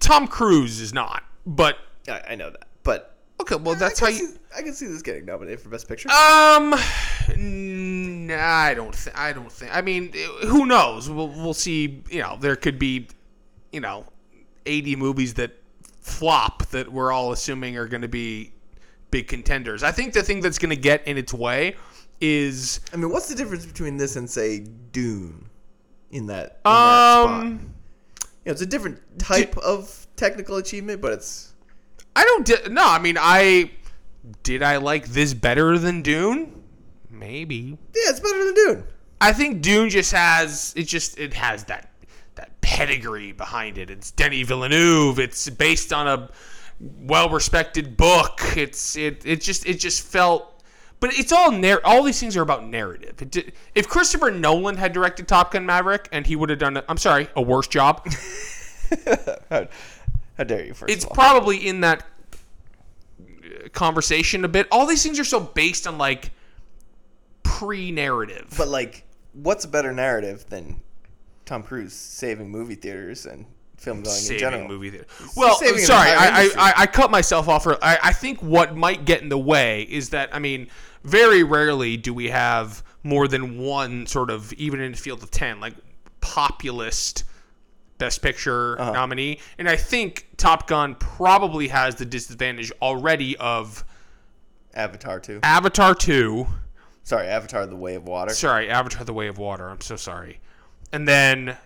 Tom Cruise is not, but I, I know that, but okay. Well, that's how you. I can see this getting nominated for Best Picture. Um, n- I don't. Th- I don't think. I mean, who knows? We'll we'll see. You know, there could be, you know, eighty movies that flop that we're all assuming are going to be big contenders. I think the thing that's going to get in its way is I mean, what's the difference between this and say Dune? In that, in that spot? um. You know, it's a different type of technical achievement, but it's I don't. Di- no, I mean, I did. I like this better than Dune. Maybe. yeah, it's better than Dune. I think Dune just has it. Just it has that that pedigree behind it. It's Denny Villeneuve. It's based on a well-respected book. It's it. It just it just felt. But it's all narr- All these things are about narrative. It di- if Christopher Nolan had directed Top Gun Maverick, and he would have done, i I'm sorry, a worse job. How dare you? First it's of all, probably in that uh, conversation a bit. All these things are so based on like pre-narrative. but like, what's a better narrative than Tom Cruise saving movie theaters and film going in general? saving movie theater. Well, saving an sorry, entire I, I, industry. I, I cut myself off. For, I, I think what might get in the way is that I mean, very rarely do we have more than one sort of even in a field of ten like populist best picture Uh-huh. nominee, and I think Top Gun probably has the disadvantage already of Avatar two. Avatar two. Sorry, Avatar: The Way of Water. Sorry, Avatar: The Way of Water. I'm so sorry. And then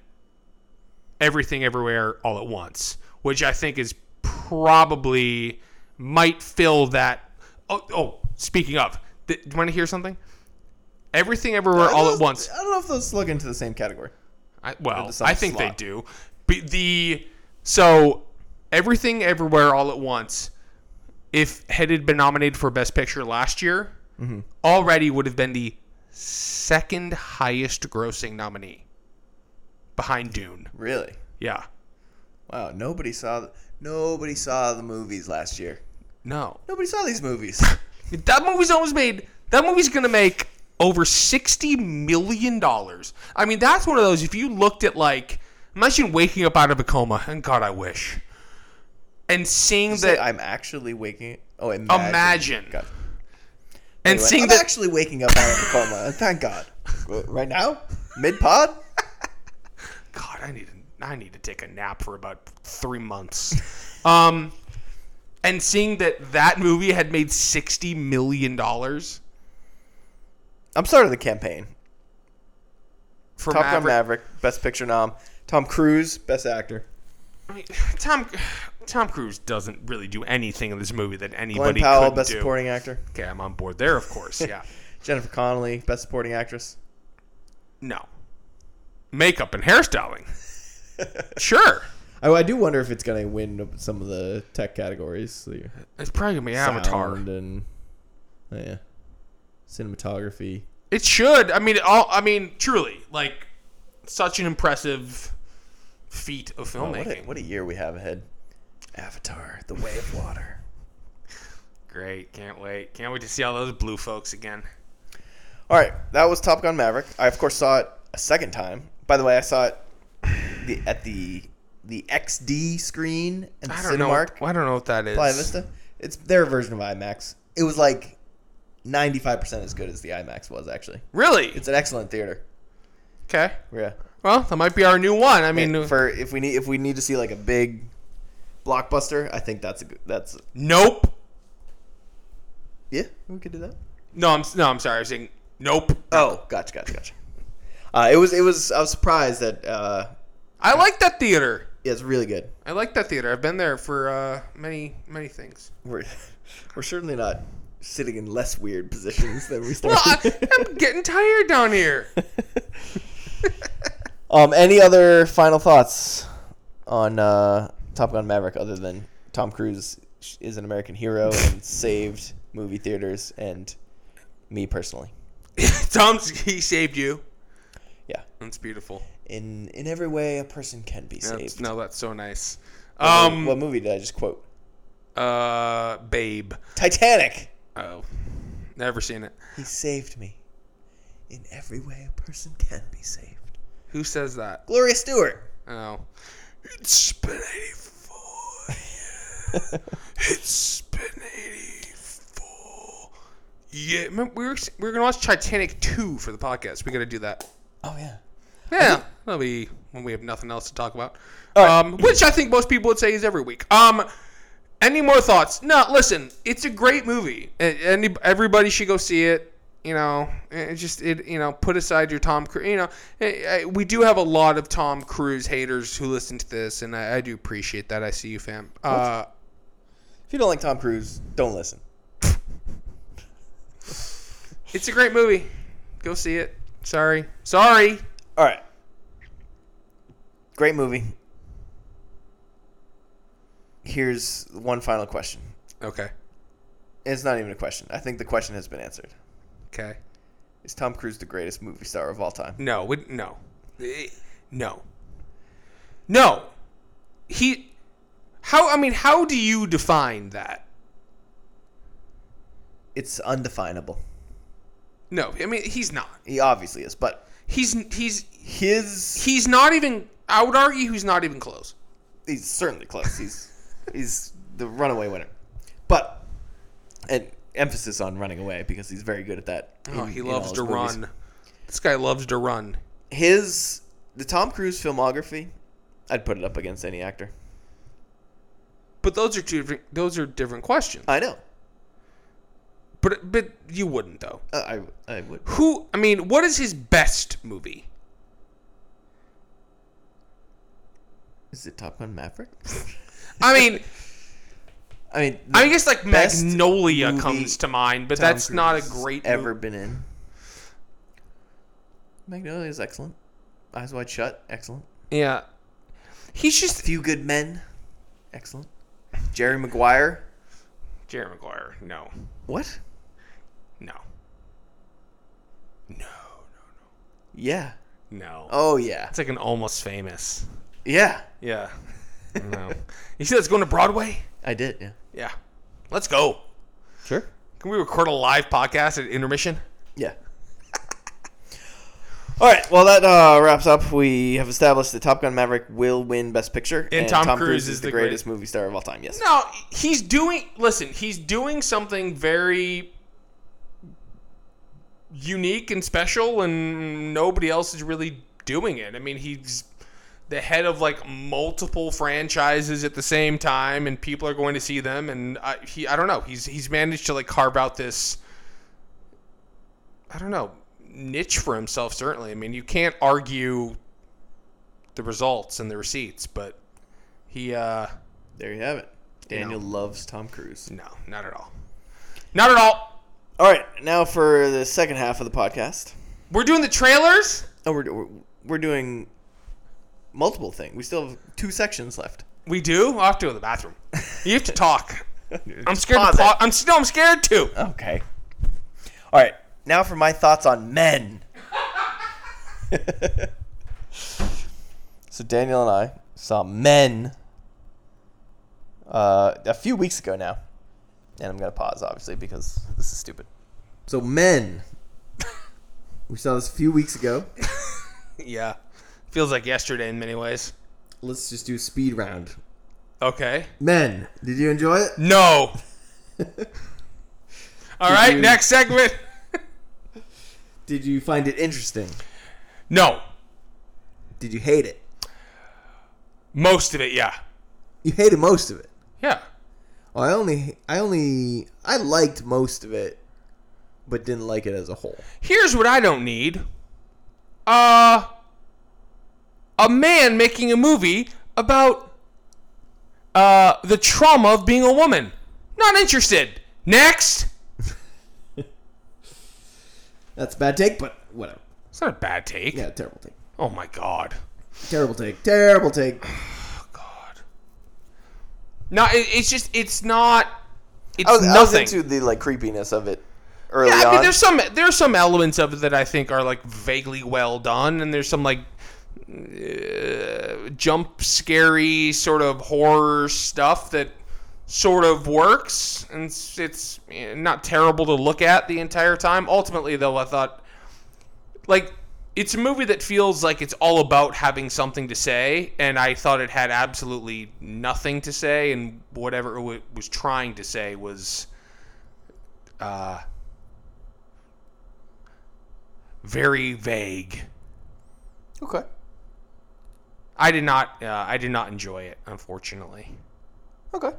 Everything Everywhere All at Once, which I think is probably might fill that. Oh, oh speaking of, th- do you want to hear something? Everything I Everywhere don't All know at if- Once. I don't know if those look into the same category. I, well, some I think slot. they do. But the so everything everywhere all at once. If had it been nominated for Best Picture last year, Mm-hmm. already would have been the second highest grossing nominee behind Dune. Really? Yeah. Wow. Nobody saw. th- Nobody saw the movies last year. No. Nobody saw these <laughs> movies. That movie's almost made. That movie's gonna make over sixty million dollars. I mean, that's one of those. If you looked at like, imagine waking up out of a coma, and God, I wish, and seeing Say, that, I'm actually waking. Oh, imagine. Imagine. God. and Anyway, seeing I'm that, actually waking up out of a coma. <laughs> Thank God. W- Right now, mid pod. God, I need, a, I need to take a nap for about three <laughs> months. um, and seeing that that movie had made sixty million dollars I'm starting the campaign. for Top Maverick. Gun Maverick, Best Picture nom. Tom Cruise, Best Actor. I mean, Tom, Tom Cruise doesn't really do anything in this movie that Glenn anybody Powell, could Best do. Supporting Actor. Okay, I'm on board there, of course. Yeah. Jennifer Connelly, Best Supporting Actress. no. Makeup <laughs> and hairstyling. sure. I, I do wonder if it's gonna win some of the tech categories. The It's probably gonna be Avatar. sound and yeah, cinematography. It should. I mean, it all. I mean, truly, like, such an impressive feat of What a, filmmaking. what a year we have ahead. Avatar, The Way of Water. Great. Can't wait. Can't wait to see all those blue folks again. All right, that was Top Gun Maverick. I of course saw it a second time. By the way, I saw it the, at the the XD screen and I don't Cinemark. know. I don't know what that is. Playa Vista. It's their version of IMAX. It was like 95% as good as the IMAX was, actually. Really? It's an excellent theater. okay. Yeah. Well, that might be our new one. I mean, And for if we need if we need to see like a big blockbuster, I think that's a good that's nope. yeah, we could do that. No, I'm no, I'm sorry. I was saying nope. Oh, gotcha, gotcha, gotcha. Uh, it was it was I was surprised that uh, I like that theater. Yeah, it's really good. I like that theater. I've been there for uh, many many <laughs> things. We're we're certainly not sitting in less weird positions than <laughs> we Well, I, started. I'm getting tired down here. <laughs> um, any other final thoughts on uh, Top Gun Maverick other than Tom Cruise sh- is an American <laughs> hero and saved movie theaters and me personally. Tom, he saved you. Yeah. That's beautiful. In in every way a person can be That's, saved. no, that's so nice. What mo- Um, what movie did I just quote? uh, Babe. Titanic. Oh, never seen it. He saved me. In every way a person can be saved. Who says that? Gloria Stewart. Oh, it's been eighty-four. it's been eighty-four. Yeah, remember, we were we were gonna watch Titanic two for the podcast. We gotta do that. Oh yeah. Yeah, that'll be when we have nothing else to talk about. Um, which I think most people would say is every week. Um, any more thoughts? No, listen, it's a great movie. A- Any everybody should go see it. You know, it just it you know put aside your Tom Cruise. You know, I- I- we do have a lot of Tom Cruise haters who listen to this, and I, I do appreciate that. I see you, fam. Uh, If you don't like Tom Cruise, don't listen. it's a great movie. Go see it. Sorry, sorry. All right. Great movie. Here's one final question. Okay, It's not even a question. I think the question has been answered. okay. Is Tom Cruise the greatest movie star of all time? No, we, no, Eh, no, no. He, how? I mean, how do you define that? It's undefinable. No, I mean he's not. He obviously is, but He's he's his he's not even. I would argue he's not even close. he's certainly close. He's he's the runaway winner. But and emphasis on running away because he's very good at that. Oh, in- he in loves all to his movies. run. This guy loves to run. His the Tom Cruise filmography, I'd put it up against any actor. But those are two. different- Those are different questions. I know. But but you wouldn't though. Uh, I I would. Who? I mean, what is his best movie? Is it Top Gun Maverick? <laughs> I mean, I mean, the I guess like best Magnolia movie comes to mind, but Tom that's not a Cruise has great ever movie. been in. Magnolia is excellent. Eyes Wide Shut, excellent. Yeah, he's just Few Good Men, excellent. Jerry Maguire, Jerry Maguire. No, what? no, Yeah. no. Oh yeah. It's like an almost famous. Yeah. Yeah. no. You see that's going to Broadway? I did. Yeah. Yeah. Let's go. Sure. Can we record a live podcast at intermission? Yeah. <laughs> All right. Well, that uh, wraps up. We have established that Top Gun Maverick will win Best Picture, And Tom Cruise is the greatest movie star of all time. Yes. No, he's doing. Listen, he's doing something very unique and special, and nobody else is really doing it. I mean, he's the head of like multiple franchises at the same time, and people are going to see them. And I, he, I don't know. He's he's managed to like carve out this. I don't know niche for himself. Certainly, I mean, you can't argue the results and the receipts, but he. uh There you have it. Daniel loves Tom Cruise. no, not at all. Not at all. All right, now for the second half of the podcast. We're doing the trailers. Oh, we're we're, we're doing multiple things. We still have two sections left. We do. I'll have to go to the bathroom. You have <laughs> to talk. I'm scared. pause To pa- I'm still. I'm scared too. Okay. All right, now for my thoughts on men. <laughs> so Daniel and I saw Men uh, a few weeks ago now, and I'm gonna pause obviously because this is stupid. So Men, we saw this a few weeks ago. Yeah. Feels like yesterday in many ways. Let's just do a speed round. Okay. Men, did you enjoy it? <laughs> No. all right. you- Next segment. Did you find it interesting? No. Did you hate it? Most of it. Yeah. You hated most of it. Yeah. Well, I only, I only, I liked most of it, but didn't like it as a whole. Here's what I don't need. Uh. A man making a movie about uh, the trauma of being a woman. Not interested. Next. That's a bad take, but whatever. It's not a bad take. Yeah, terrible take. Oh my god. Terrible take. Terrible take. No, it, it's just it's not. It's I was, I was nothing. into the like creepiness of it early yeah, I mean, on. there's some there's some elements of it that I think are like vaguely well done, and there's some like uh, jump scary sort of horror stuff that sort of works, and it's, it's eh, not terrible to look at the entire time. Ultimately, though, I thought like it's a movie that feels like it's all about having something to say, and I thought it had absolutely nothing to say, and whatever it wa- was trying to say was. Uh, very vague. okay. I did not. Uh, I did not enjoy it, unfortunately. Okay.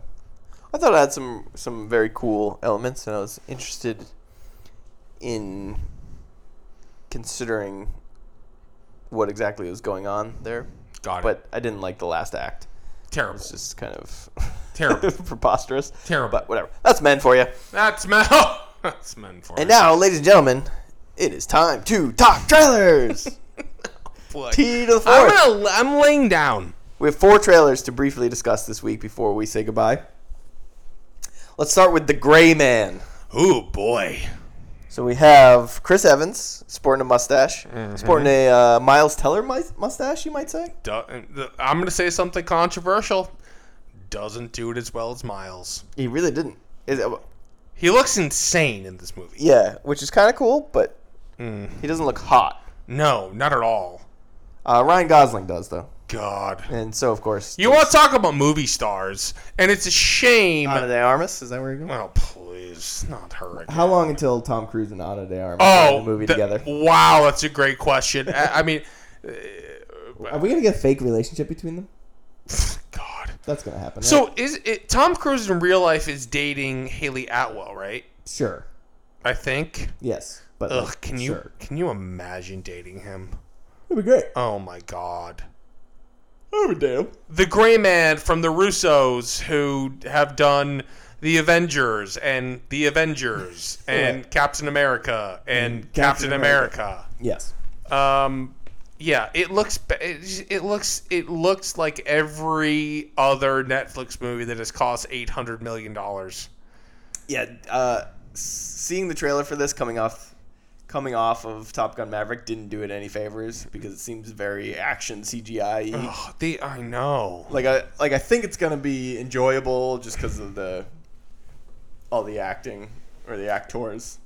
I thought it had some some very cool elements, and I was interested in considering what exactly was going on there. Got it. But I didn't like the last act. Terrible. It's just kind of Terrible. <laughs> preposterous. Terrible. But whatever. That's men for you. That's men. <laughs> That's men for And us. now, ladies and gentlemen, it is time to talk <laughs> trailers. Boy. T to the 4th I'm gonna. I'm laying down. We have four trailers to briefly discuss this week before we say goodbye. Let's start with The Gray Man. Oh boy. So we have Chris Evans sporting a mustache, sporting a uh, Miles Teller mi- mustache, you might say. Do- uh, the- I'm gonna say something controversial. Doesn't do it as well as Miles. He really didn't. Is it, He looks insane in this movie. yeah, which is kind of cool, but he doesn't look hot. No, not at all. Uh, Ryan Gosling does though, God. and so of course You want to talk about movie stars? And it's a shame. Ana de Armas. Is that where you're going? oh please, not her again. How long until Tom Cruise and Ana de Armas are oh, in the movie that- together? Wow, that's a great question. <laughs> I, I mean, <sighs> Are we gonna get a fake relationship between them? God. That's gonna happen. right? So is it Tom Cruise in real life is dating Haley Atwell, right? sure, I think. yes, but Ugh, can you Sure. can you imagine dating him? it'd be great. Uh, Oh my God. Oh damn! The Gray Man from the Russos, who have done the Avengers and the <laughs> Avengers and Captain America and Captain, America. Yes, Um, yeah, it looks ba- it, it looks it looks like every other Netflix movie that has cost eight hundred million dollars. <sighs> Yeah, uh, seeing the trailer for this coming off coming off of Top Gun Maverick didn't do it any favors because it seems very action CGI. -y. Oh, they I know. Like I like I think it's gonna be enjoyable just because of the all the acting or the actors.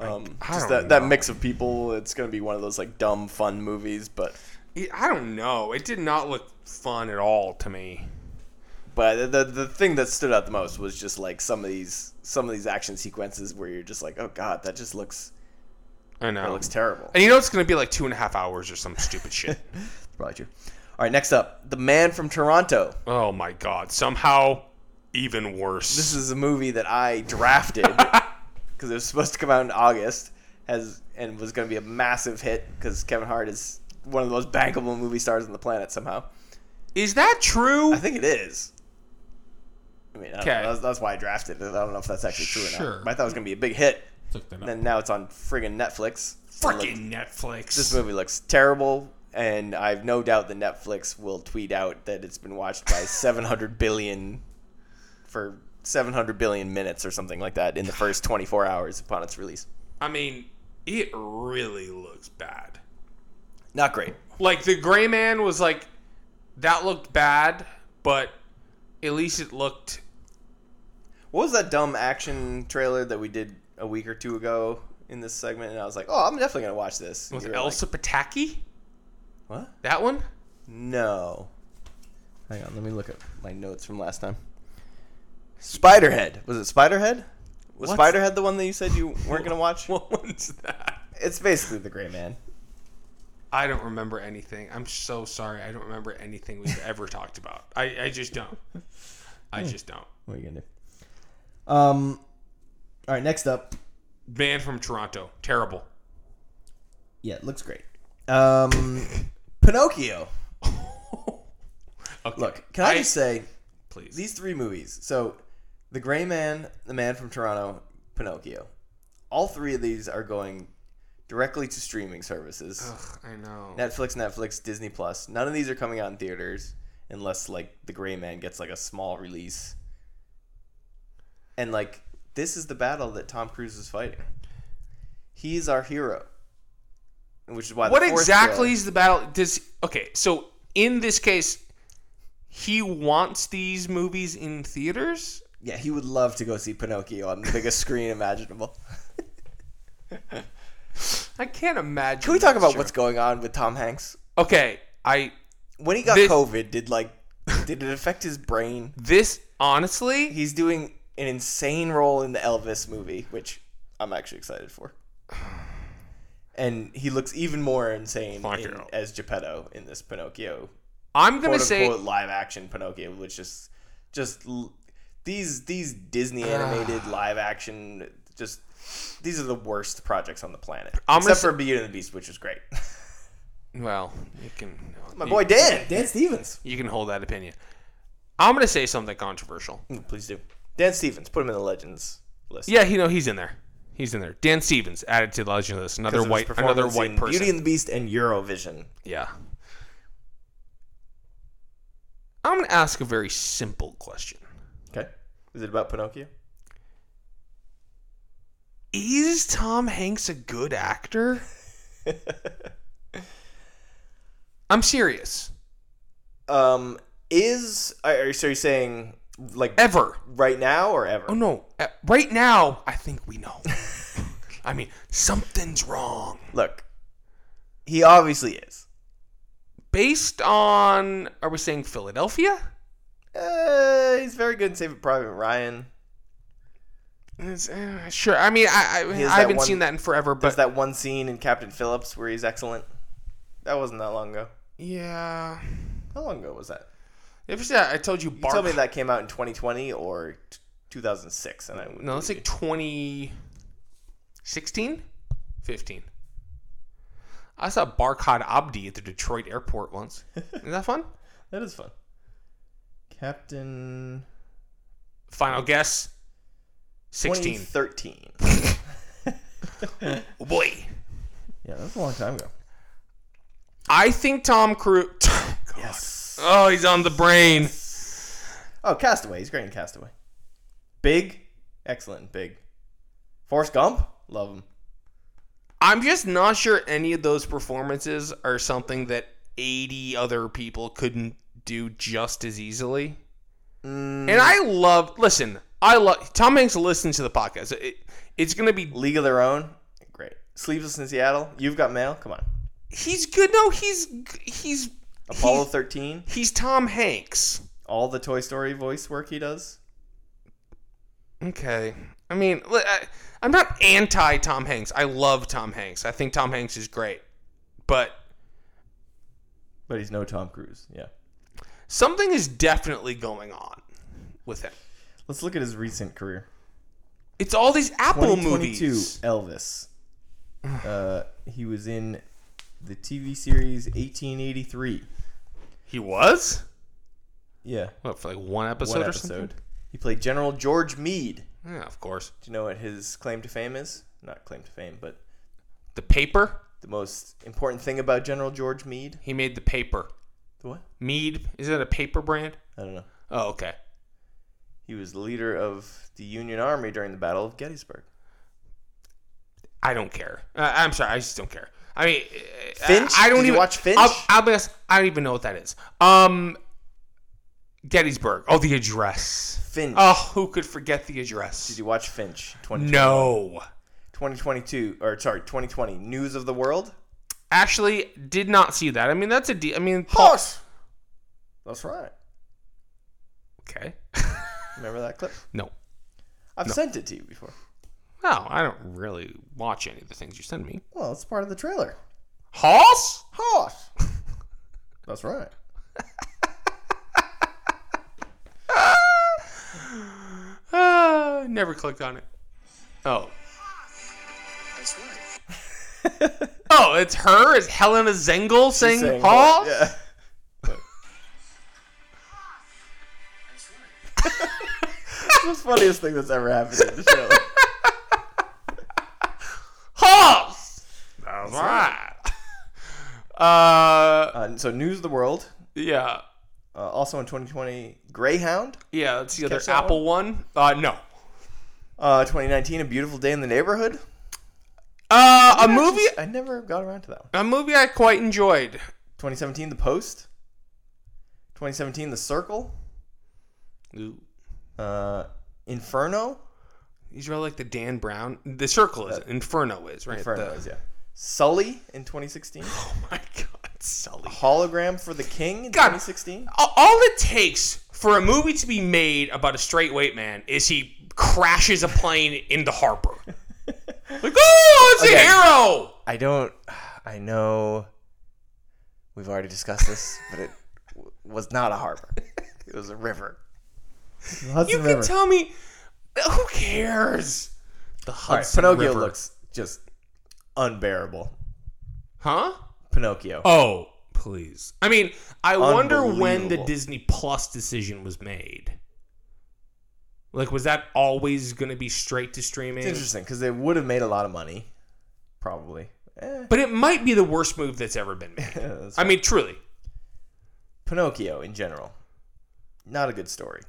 Um, I just don't that, that know. mix of people. It's gonna be one of those like dumb fun movies, but It- I don't know. It did not look fun at all to me. But the the thing that stood out the most was just like some of these some of these action sequences where you're just like, oh god, that just looks I know. that looks terrible. and you know it's gonna be like two and a half hours or some stupid <laughs> shit. Probably true. All right, next up, The Man from Toronto. Oh my god! Somehow even worse. This is a movie that I drafted because it was supposed to come out in August, has and was going to be a massive hit because Kevin Hart is one of the most bankable movie stars on the planet somehow. is that true? I think it is. I mean, I don't know. Okay. That's, that's why I drafted it. I don't know if that's actually true or Sure. not. But I thought it was going to be a big hit. Took them out. Then now it's on friggin' Netflix. It looks- Freaking Netflix. This movie looks terrible, and I've no doubt that Netflix will tweet out that it's been watched <laughs> by 700 billion for 700 billion minutes or something like that in the first 24 hours upon its release. I mean, it really looks bad. Not great. Like the Gray Man was like that looked bad, but at least it looked What was that dumb action trailer that we did a week or two ago in this segment? And I was like, oh, I'm definitely going to watch this. And was you it were like, Elsa Pataki? What? <laughs> That one? No. Hang on, let me look at my notes from last time. Spiderhead. Was it Spiderhead? Was What's- Spiderhead the one that you said you <laughs> weren't going to watch? What one's that? It's basically The Gray Man. I don't remember anything. I'm so sorry. I don't remember <laughs> anything we've ever talked about. I, I just don't. Hmm. I just don't. What are you gonna do? Um. All right. Next up. Man from Toronto. Terrible. Yeah, it looks great. Um, Pinocchio. Okay. Look, can I, I- just say Please. these three movies? So, The Gray Man, The Man from Toronto, Pinocchio. All three of these are going directly to streaming services. Ugh, I know. Netflix, Netflix, Disney Plus. None of these are coming out in theaters unless like The Gray Man gets like a small release. And like this is the battle that Tom Cruise is fighting. He's our hero. Which is why the what fourth exactly Bill- is the battle? Does okay? So in this case, he wants these movies in theaters. Yeah, he would love to go see Pinocchio on the biggest screen <laughs> imaginable. I can't imagine. Can we talk about what's going on with Tom Hanks? okay? I When he got This- COVID, did like did it affect his brain? this honestly, He's doing an insane role in the Elvis movie, which I'm actually excited for. And he looks even more insane Fuck in- you. as Geppetto in this Pinocchio, I'm gonna quote say unquote, live action Pinocchio, which is just l- these these Disney animated live action just these are the worst projects on the planet, I'm gonna except say- for Beauty and the Beast, which is great. well, you can My <laughs> boy Dan, Dan Stevens, you can hold that opinion. I'm gonna say something controversial. Mm, please do. Dan Stevens, put him in the legends list. Yeah, you know he's in there. He's in there. Dan Stevens added to the legend list. Another Because of his white, another performance white in person. Beauty and the Beast and Eurovision. Yeah. I'm going to ask a very simple question. Okay, is it about Pinocchio? Is Tom Hanks a good actor? <laughs> I'm serious. Um, is are- are so you're saying like Ever. right now or ever? Oh, no. Uh, Right now, I think we <laughs> know. I mean, something's wrong. Look, he obviously is. Based on, are we saying Philadelphia? Uh, he's very good in Saving Private Ryan. It's, uh, sure. I mean, I, I, He has I that haven't one- seen that in forever, but There's that one scene in Captain Phillips where he's excellent. That wasn't that long ago. yeah. How long ago was that? If it's that, I told you, You Barf. tell me that came out in 2020 or t- 2006, and I would- No, let's say 2016, 15. I saw Barkhad Abdi at the Detroit airport <laughs> once. Isn't that fun? that is fun. Captain Final guess 16. 2013. Oh boy. yeah, that's a long time ago. I think Tom Cruise. <sighs> Oh, he's on the brain. Oh, Castaway. He's great in Castaway. Big, excellent. in Big. Forrest Gump, love him. I'm just not sure any of those performances are something that 80 other people couldn't do just as easily. And I love, listen, I love, Tom Hanks listens to the podcast. It, it's going to be League of Their Own, great. Sleepless in Seattle, You've Got Mail, come <laughs> on. He's good. No, he's he's Apollo he's, 13, he's Tom Hanks. all the Toy Story voice work he does. Okay. I mean, li- I, I'm not anti Tom Hanks. I love Tom Hanks. I think Tom Hanks is great. But But he's no Tom Cruise, yeah. something is definitely going on with him. Let's look at his recent career. It's all these Apple 2022, movies. Elvis. Uh, he was in the TV series 1883. He was? Yeah, What, for like one episode one or episode. something? He played General George Meade. Yeah, of course. Do you know what his claim to fame is? Not claim to fame, but The paper? the most important thing about General George Meade? He made the paper. The what? Mead? Is that a paper brand? I don't know. Oh, okay. He was the leader of the Union Army during the Battle of Gettysburg. I don't care. Uh, I'm sorry, I just don't care. I mean, uh, Finch? I, I don't Did you even watch Finch? I'll, I'll be honest, I don't even know what that is. Um, Gettysburg. Oh, the address. Finch. Oh, who could forget the address? Did you watch Finch? 20, no, 2022, or sorry, 2020, News of the World? actually, did not see that. I mean, that's a. De- I mean, Paul- Horse! That's right. Okay. <laughs> Remember that clip? No. I've sent it to you before. No, I don't really watch any of the things you send me. Well, it's part of the trailer. Hoss? Horse! <laughs> That's right. Uh, never clicked on it. Oh. oh, it's her? Is Helena Zengel saying Saying Hoss? Yeah. the funniest thing <laughs> that's ever happened in the <laughs> show. Hoss! That's right. <laughs> Uh, Uh, so News of the World. yeah. Uh, also in 2020, Greyhound. Yeah, that's the other catch that Apple one. Uh, no. Uh, 2019, A Beautiful Day in the Neighborhood. Uh, a movie, I never got around to that one. a movie I quite enjoyed. 2017, The Post. 2017, The Circle. Uh, Inferno. These are all like the Dan Brown. The Circle is Inferno is right. Inferno The- is, yeah. Sully in 2016. <laughs> Oh my God, Sully. Hologram for the King in God. 2016. all all it takes for a movie to be made about a straight white man is he crashes a plane into <laughs> harbor. like, oh, it's a Okay. hero. I don't. I know. We've already discussed this, but it w- was not a <laughs> harbor. It was a river. Hudson You can River. tell me. Who cares? The All right, Hudson Pinocchio River. looks just unbearable. huh? Pinocchio. Oh, please. I mean, I wonder when the Unbelievable. Disney Plus decision was made. Like, was that always going to be straight to It's streaming? interesting because they would have made a lot of money, probably. Eh, But it might be the worst move that's ever been made. that's I mean, truly. Pinocchio in general, not a good story.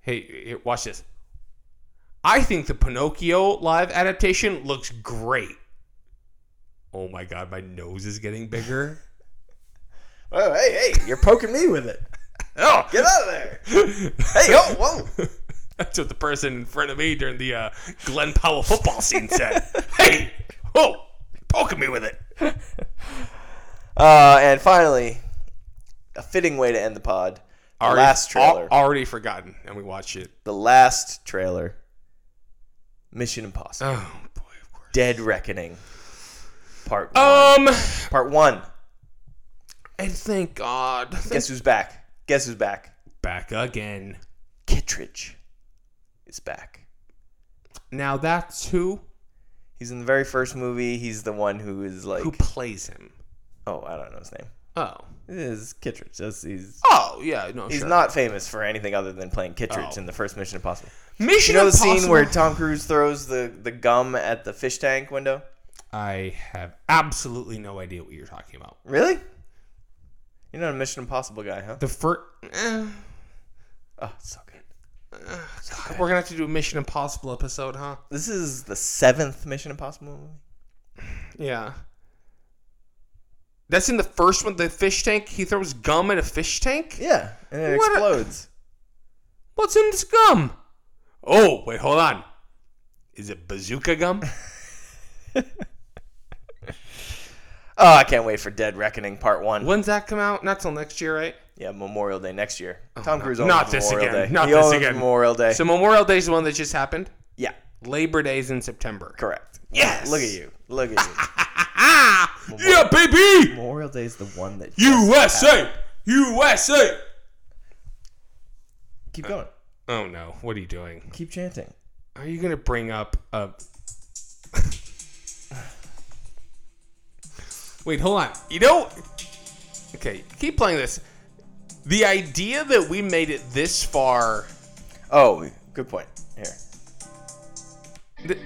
Hey, here, watch this. I think the Pinocchio live adaptation looks great. Oh my god, my nose is getting bigger. Oh, hey, hey, you're poking me with it. oh, Get out of there. Hey, oh, whoa. <laughs> that's what the person in front of me during the uh, Glenn Powell football scene said. hey, oh, poking me with it. Uh, and finally, a fitting way to end the pod. The last trailer. al- already forgotten, and we watch it. the last trailer. Mission Impossible. Oh boy, of course. Dead Reckoning. Part one. Um, Part one. and thank God, Guess who's back? Guess who's back? back again. Kittredge is back. Now that's who He's in the very first movie. He's the one who is like, who plays him. oh, I don't know his name. Oh, It is Kittredge. That's, he's oh yeah, no, he's sure. not famous for anything other than playing Kittredge Oh. in the first Mission Impossible. Mission You know the Impossible. scene where Tom Cruise throws the, the gum at the fish tank window? I have absolutely no idea what you're talking about. Really? You're not a Mission Impossible guy, huh? The first. Eh, Oh, it's so good. God, we're gonna have to do a Mission Impossible episode, huh? This is the seventh Mission Impossible movie. Yeah. That's in the first one. The fish tank. He throws gum at a fish tank. Yeah, and it What a- <laughs> explodes. What's in this gum? Oh, wait, hold on. Is it bazooka gum? Oh, I can't wait for Dead Reckoning Part One. <laughs> When's that come out? Not till next year, right? Yeah, Memorial Day next year. Tom Cruise no- owns not this Memorial again. Day. Not he this owns again. Memorial Day. So Memorial Day is the one that just happened. yeah, Labor Day's in September. correct. Yes. Look at you. Look at you. Ah, yeah, baby. Memorial Day is the one that USA, USA. Keep going. Oh no, what are you doing? Keep chanting. Are you gonna bring up a? Wait, hold on. You know, okay, keep playing this. The idea that we made it this far. Oh, good point. Here. Th-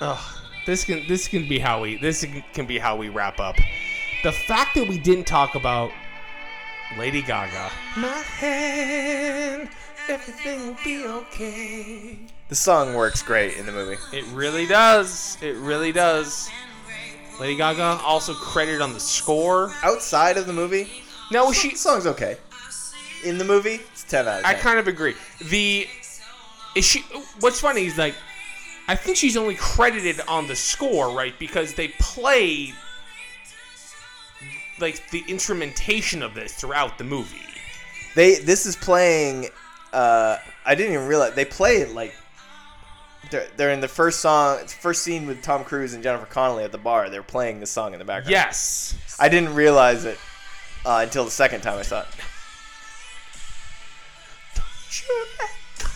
Ugh, this can this can be how we this can be how we wrap up. The fact that we didn't talk about Lady Gaga. My hand, everything will be okay. The song works great in the movie. It really does. It really does. Lady Gaga also credited on the score. Outside of the movie, No, the Oh, she. song's okay. In the movie, it's ten out of I ten. kind of agree. The is she. What's funny is like, I think she's only credited on the score, right? Because they play like the instrumentation of this throughout the movie. They this is playing. Uh, I didn't even realize they play it like they're, they're in the first song, first scene with Tom Cruise and Jennifer Connelly at the bar. They're playing the song in the background. Yes. I didn't realize it uh, until the second time I saw it.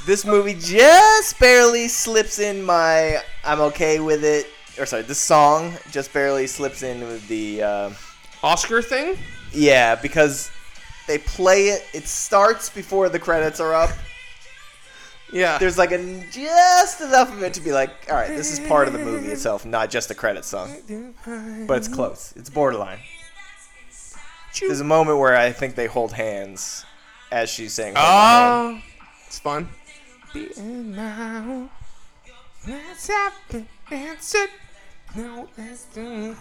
This movie just barely slips in my I'm okay with it. Or sorry, this song just barely slips in with the. Uh, Oscar thing. yeah, because they play it. It starts before the credits are up, Yeah. There's like a just enough of it to be like, all right, this is part of the movie itself, not just a credit song. But it's close. It's borderline. There's a moment where I think they hold hands as she's saying. "Hold my hand." Oh, it's fun. Being now, let's have the answer. No, let's do.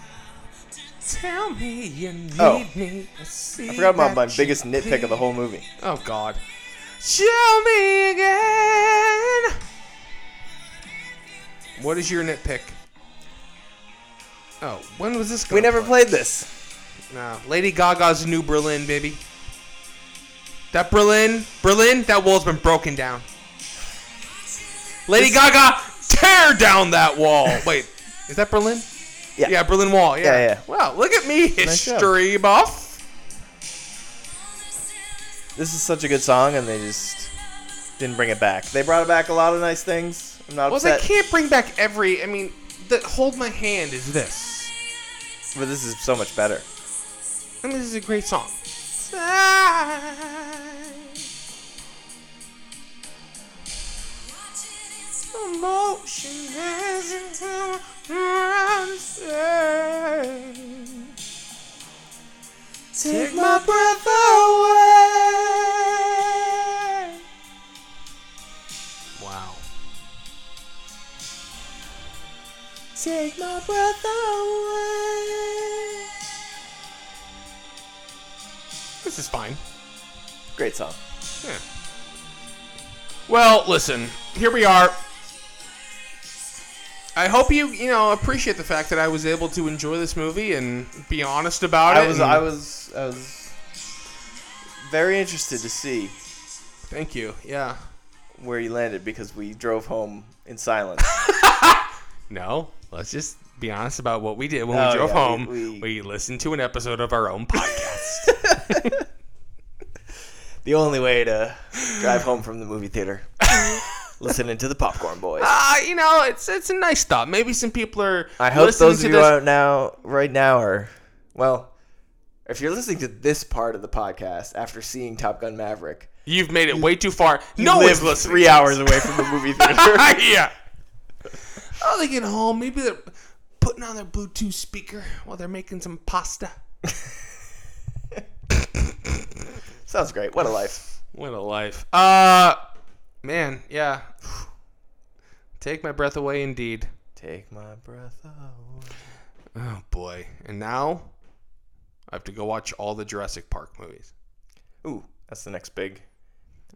Tell me you need Oh. me. I see I forgot about that my you biggest nitpick of the care. whole movie. Oh God. Show me again. What is your nitpick? Oh, when was this? We gonna never play? played this. No, Lady Gaga's new Berlin, baby. That Berlin, Berlin, that wall's been broken down. Lady Gaga, tear down that wall. Wait, is that Berlin? Yeah. Yeah, Berlin Wall. Yeah. Yeah, yeah. Wow, look at me, job. history buff. This is such a good song, and they just didn't bring it back. They brought back a lot of nice things. I'm not Well, they upset, can't bring back every. I mean, the Hold My Hand is this. but this is so much better. I mean, this is a great song. Take my breath away. Wow. Take my breath away. This is fine. Great song. Yeah. Well, listen, here we are. I hope you, you know, appreciate the fact that I was able to enjoy this movie and be honest about it. I was, and- I was, I was very interested to see Thank you. Yeah. where you landed because we drove home in silence. No, let's just be honest about what we did when Oh, we drove yeah, home. we- We, we- listened to an episode of our own <laughs> podcast. the only way to drive home from the movie theater, <laughs> listening to the Popcorn Boys. uh, you know, it's it's a nice thought. Maybe some people are. I hope listening those to of you this- out now, right now, are well. If you're listening to this part of the podcast after seeing Top Gun Maverick, You've made it way too far. no one's live listening. <laughs> three to hours this. away from the movie <laughs> theater. yeah. Oh, they get home. Maybe they're putting on their Bluetooth speaker while they're making some pasta. Sounds great. What a life. What a life. Uh, man, yeah. <sighs> Take my breath away, indeed. Take my breath away. Oh boy. And now, I have to go watch all the Jurassic Park movies. Ooh, that's the next big,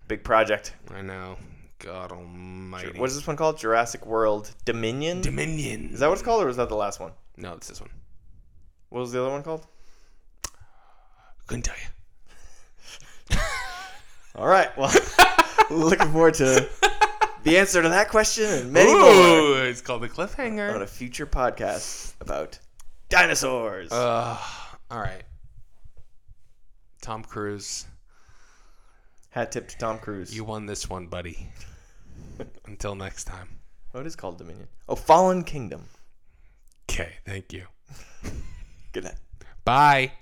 big project. I know. God Almighty. What is this one called? Jurassic World Dominion. Dominion? is that what it's called, or was that the last one? no, it's this one. What was the other one called? Couldn't tell you. All right. Well, <laughs> looking forward to the answer to that question and many more. Ooh, it's called the on cliffhanger. a future podcast about dinosaurs. Uh, all right. Tom Cruise. Hat tip to Tom Cruise. You won this one, <laughs> buddy. Until next time. oh, it is called Dominion. Oh, Fallen Kingdom. Okay, thank you. Good night. Bye.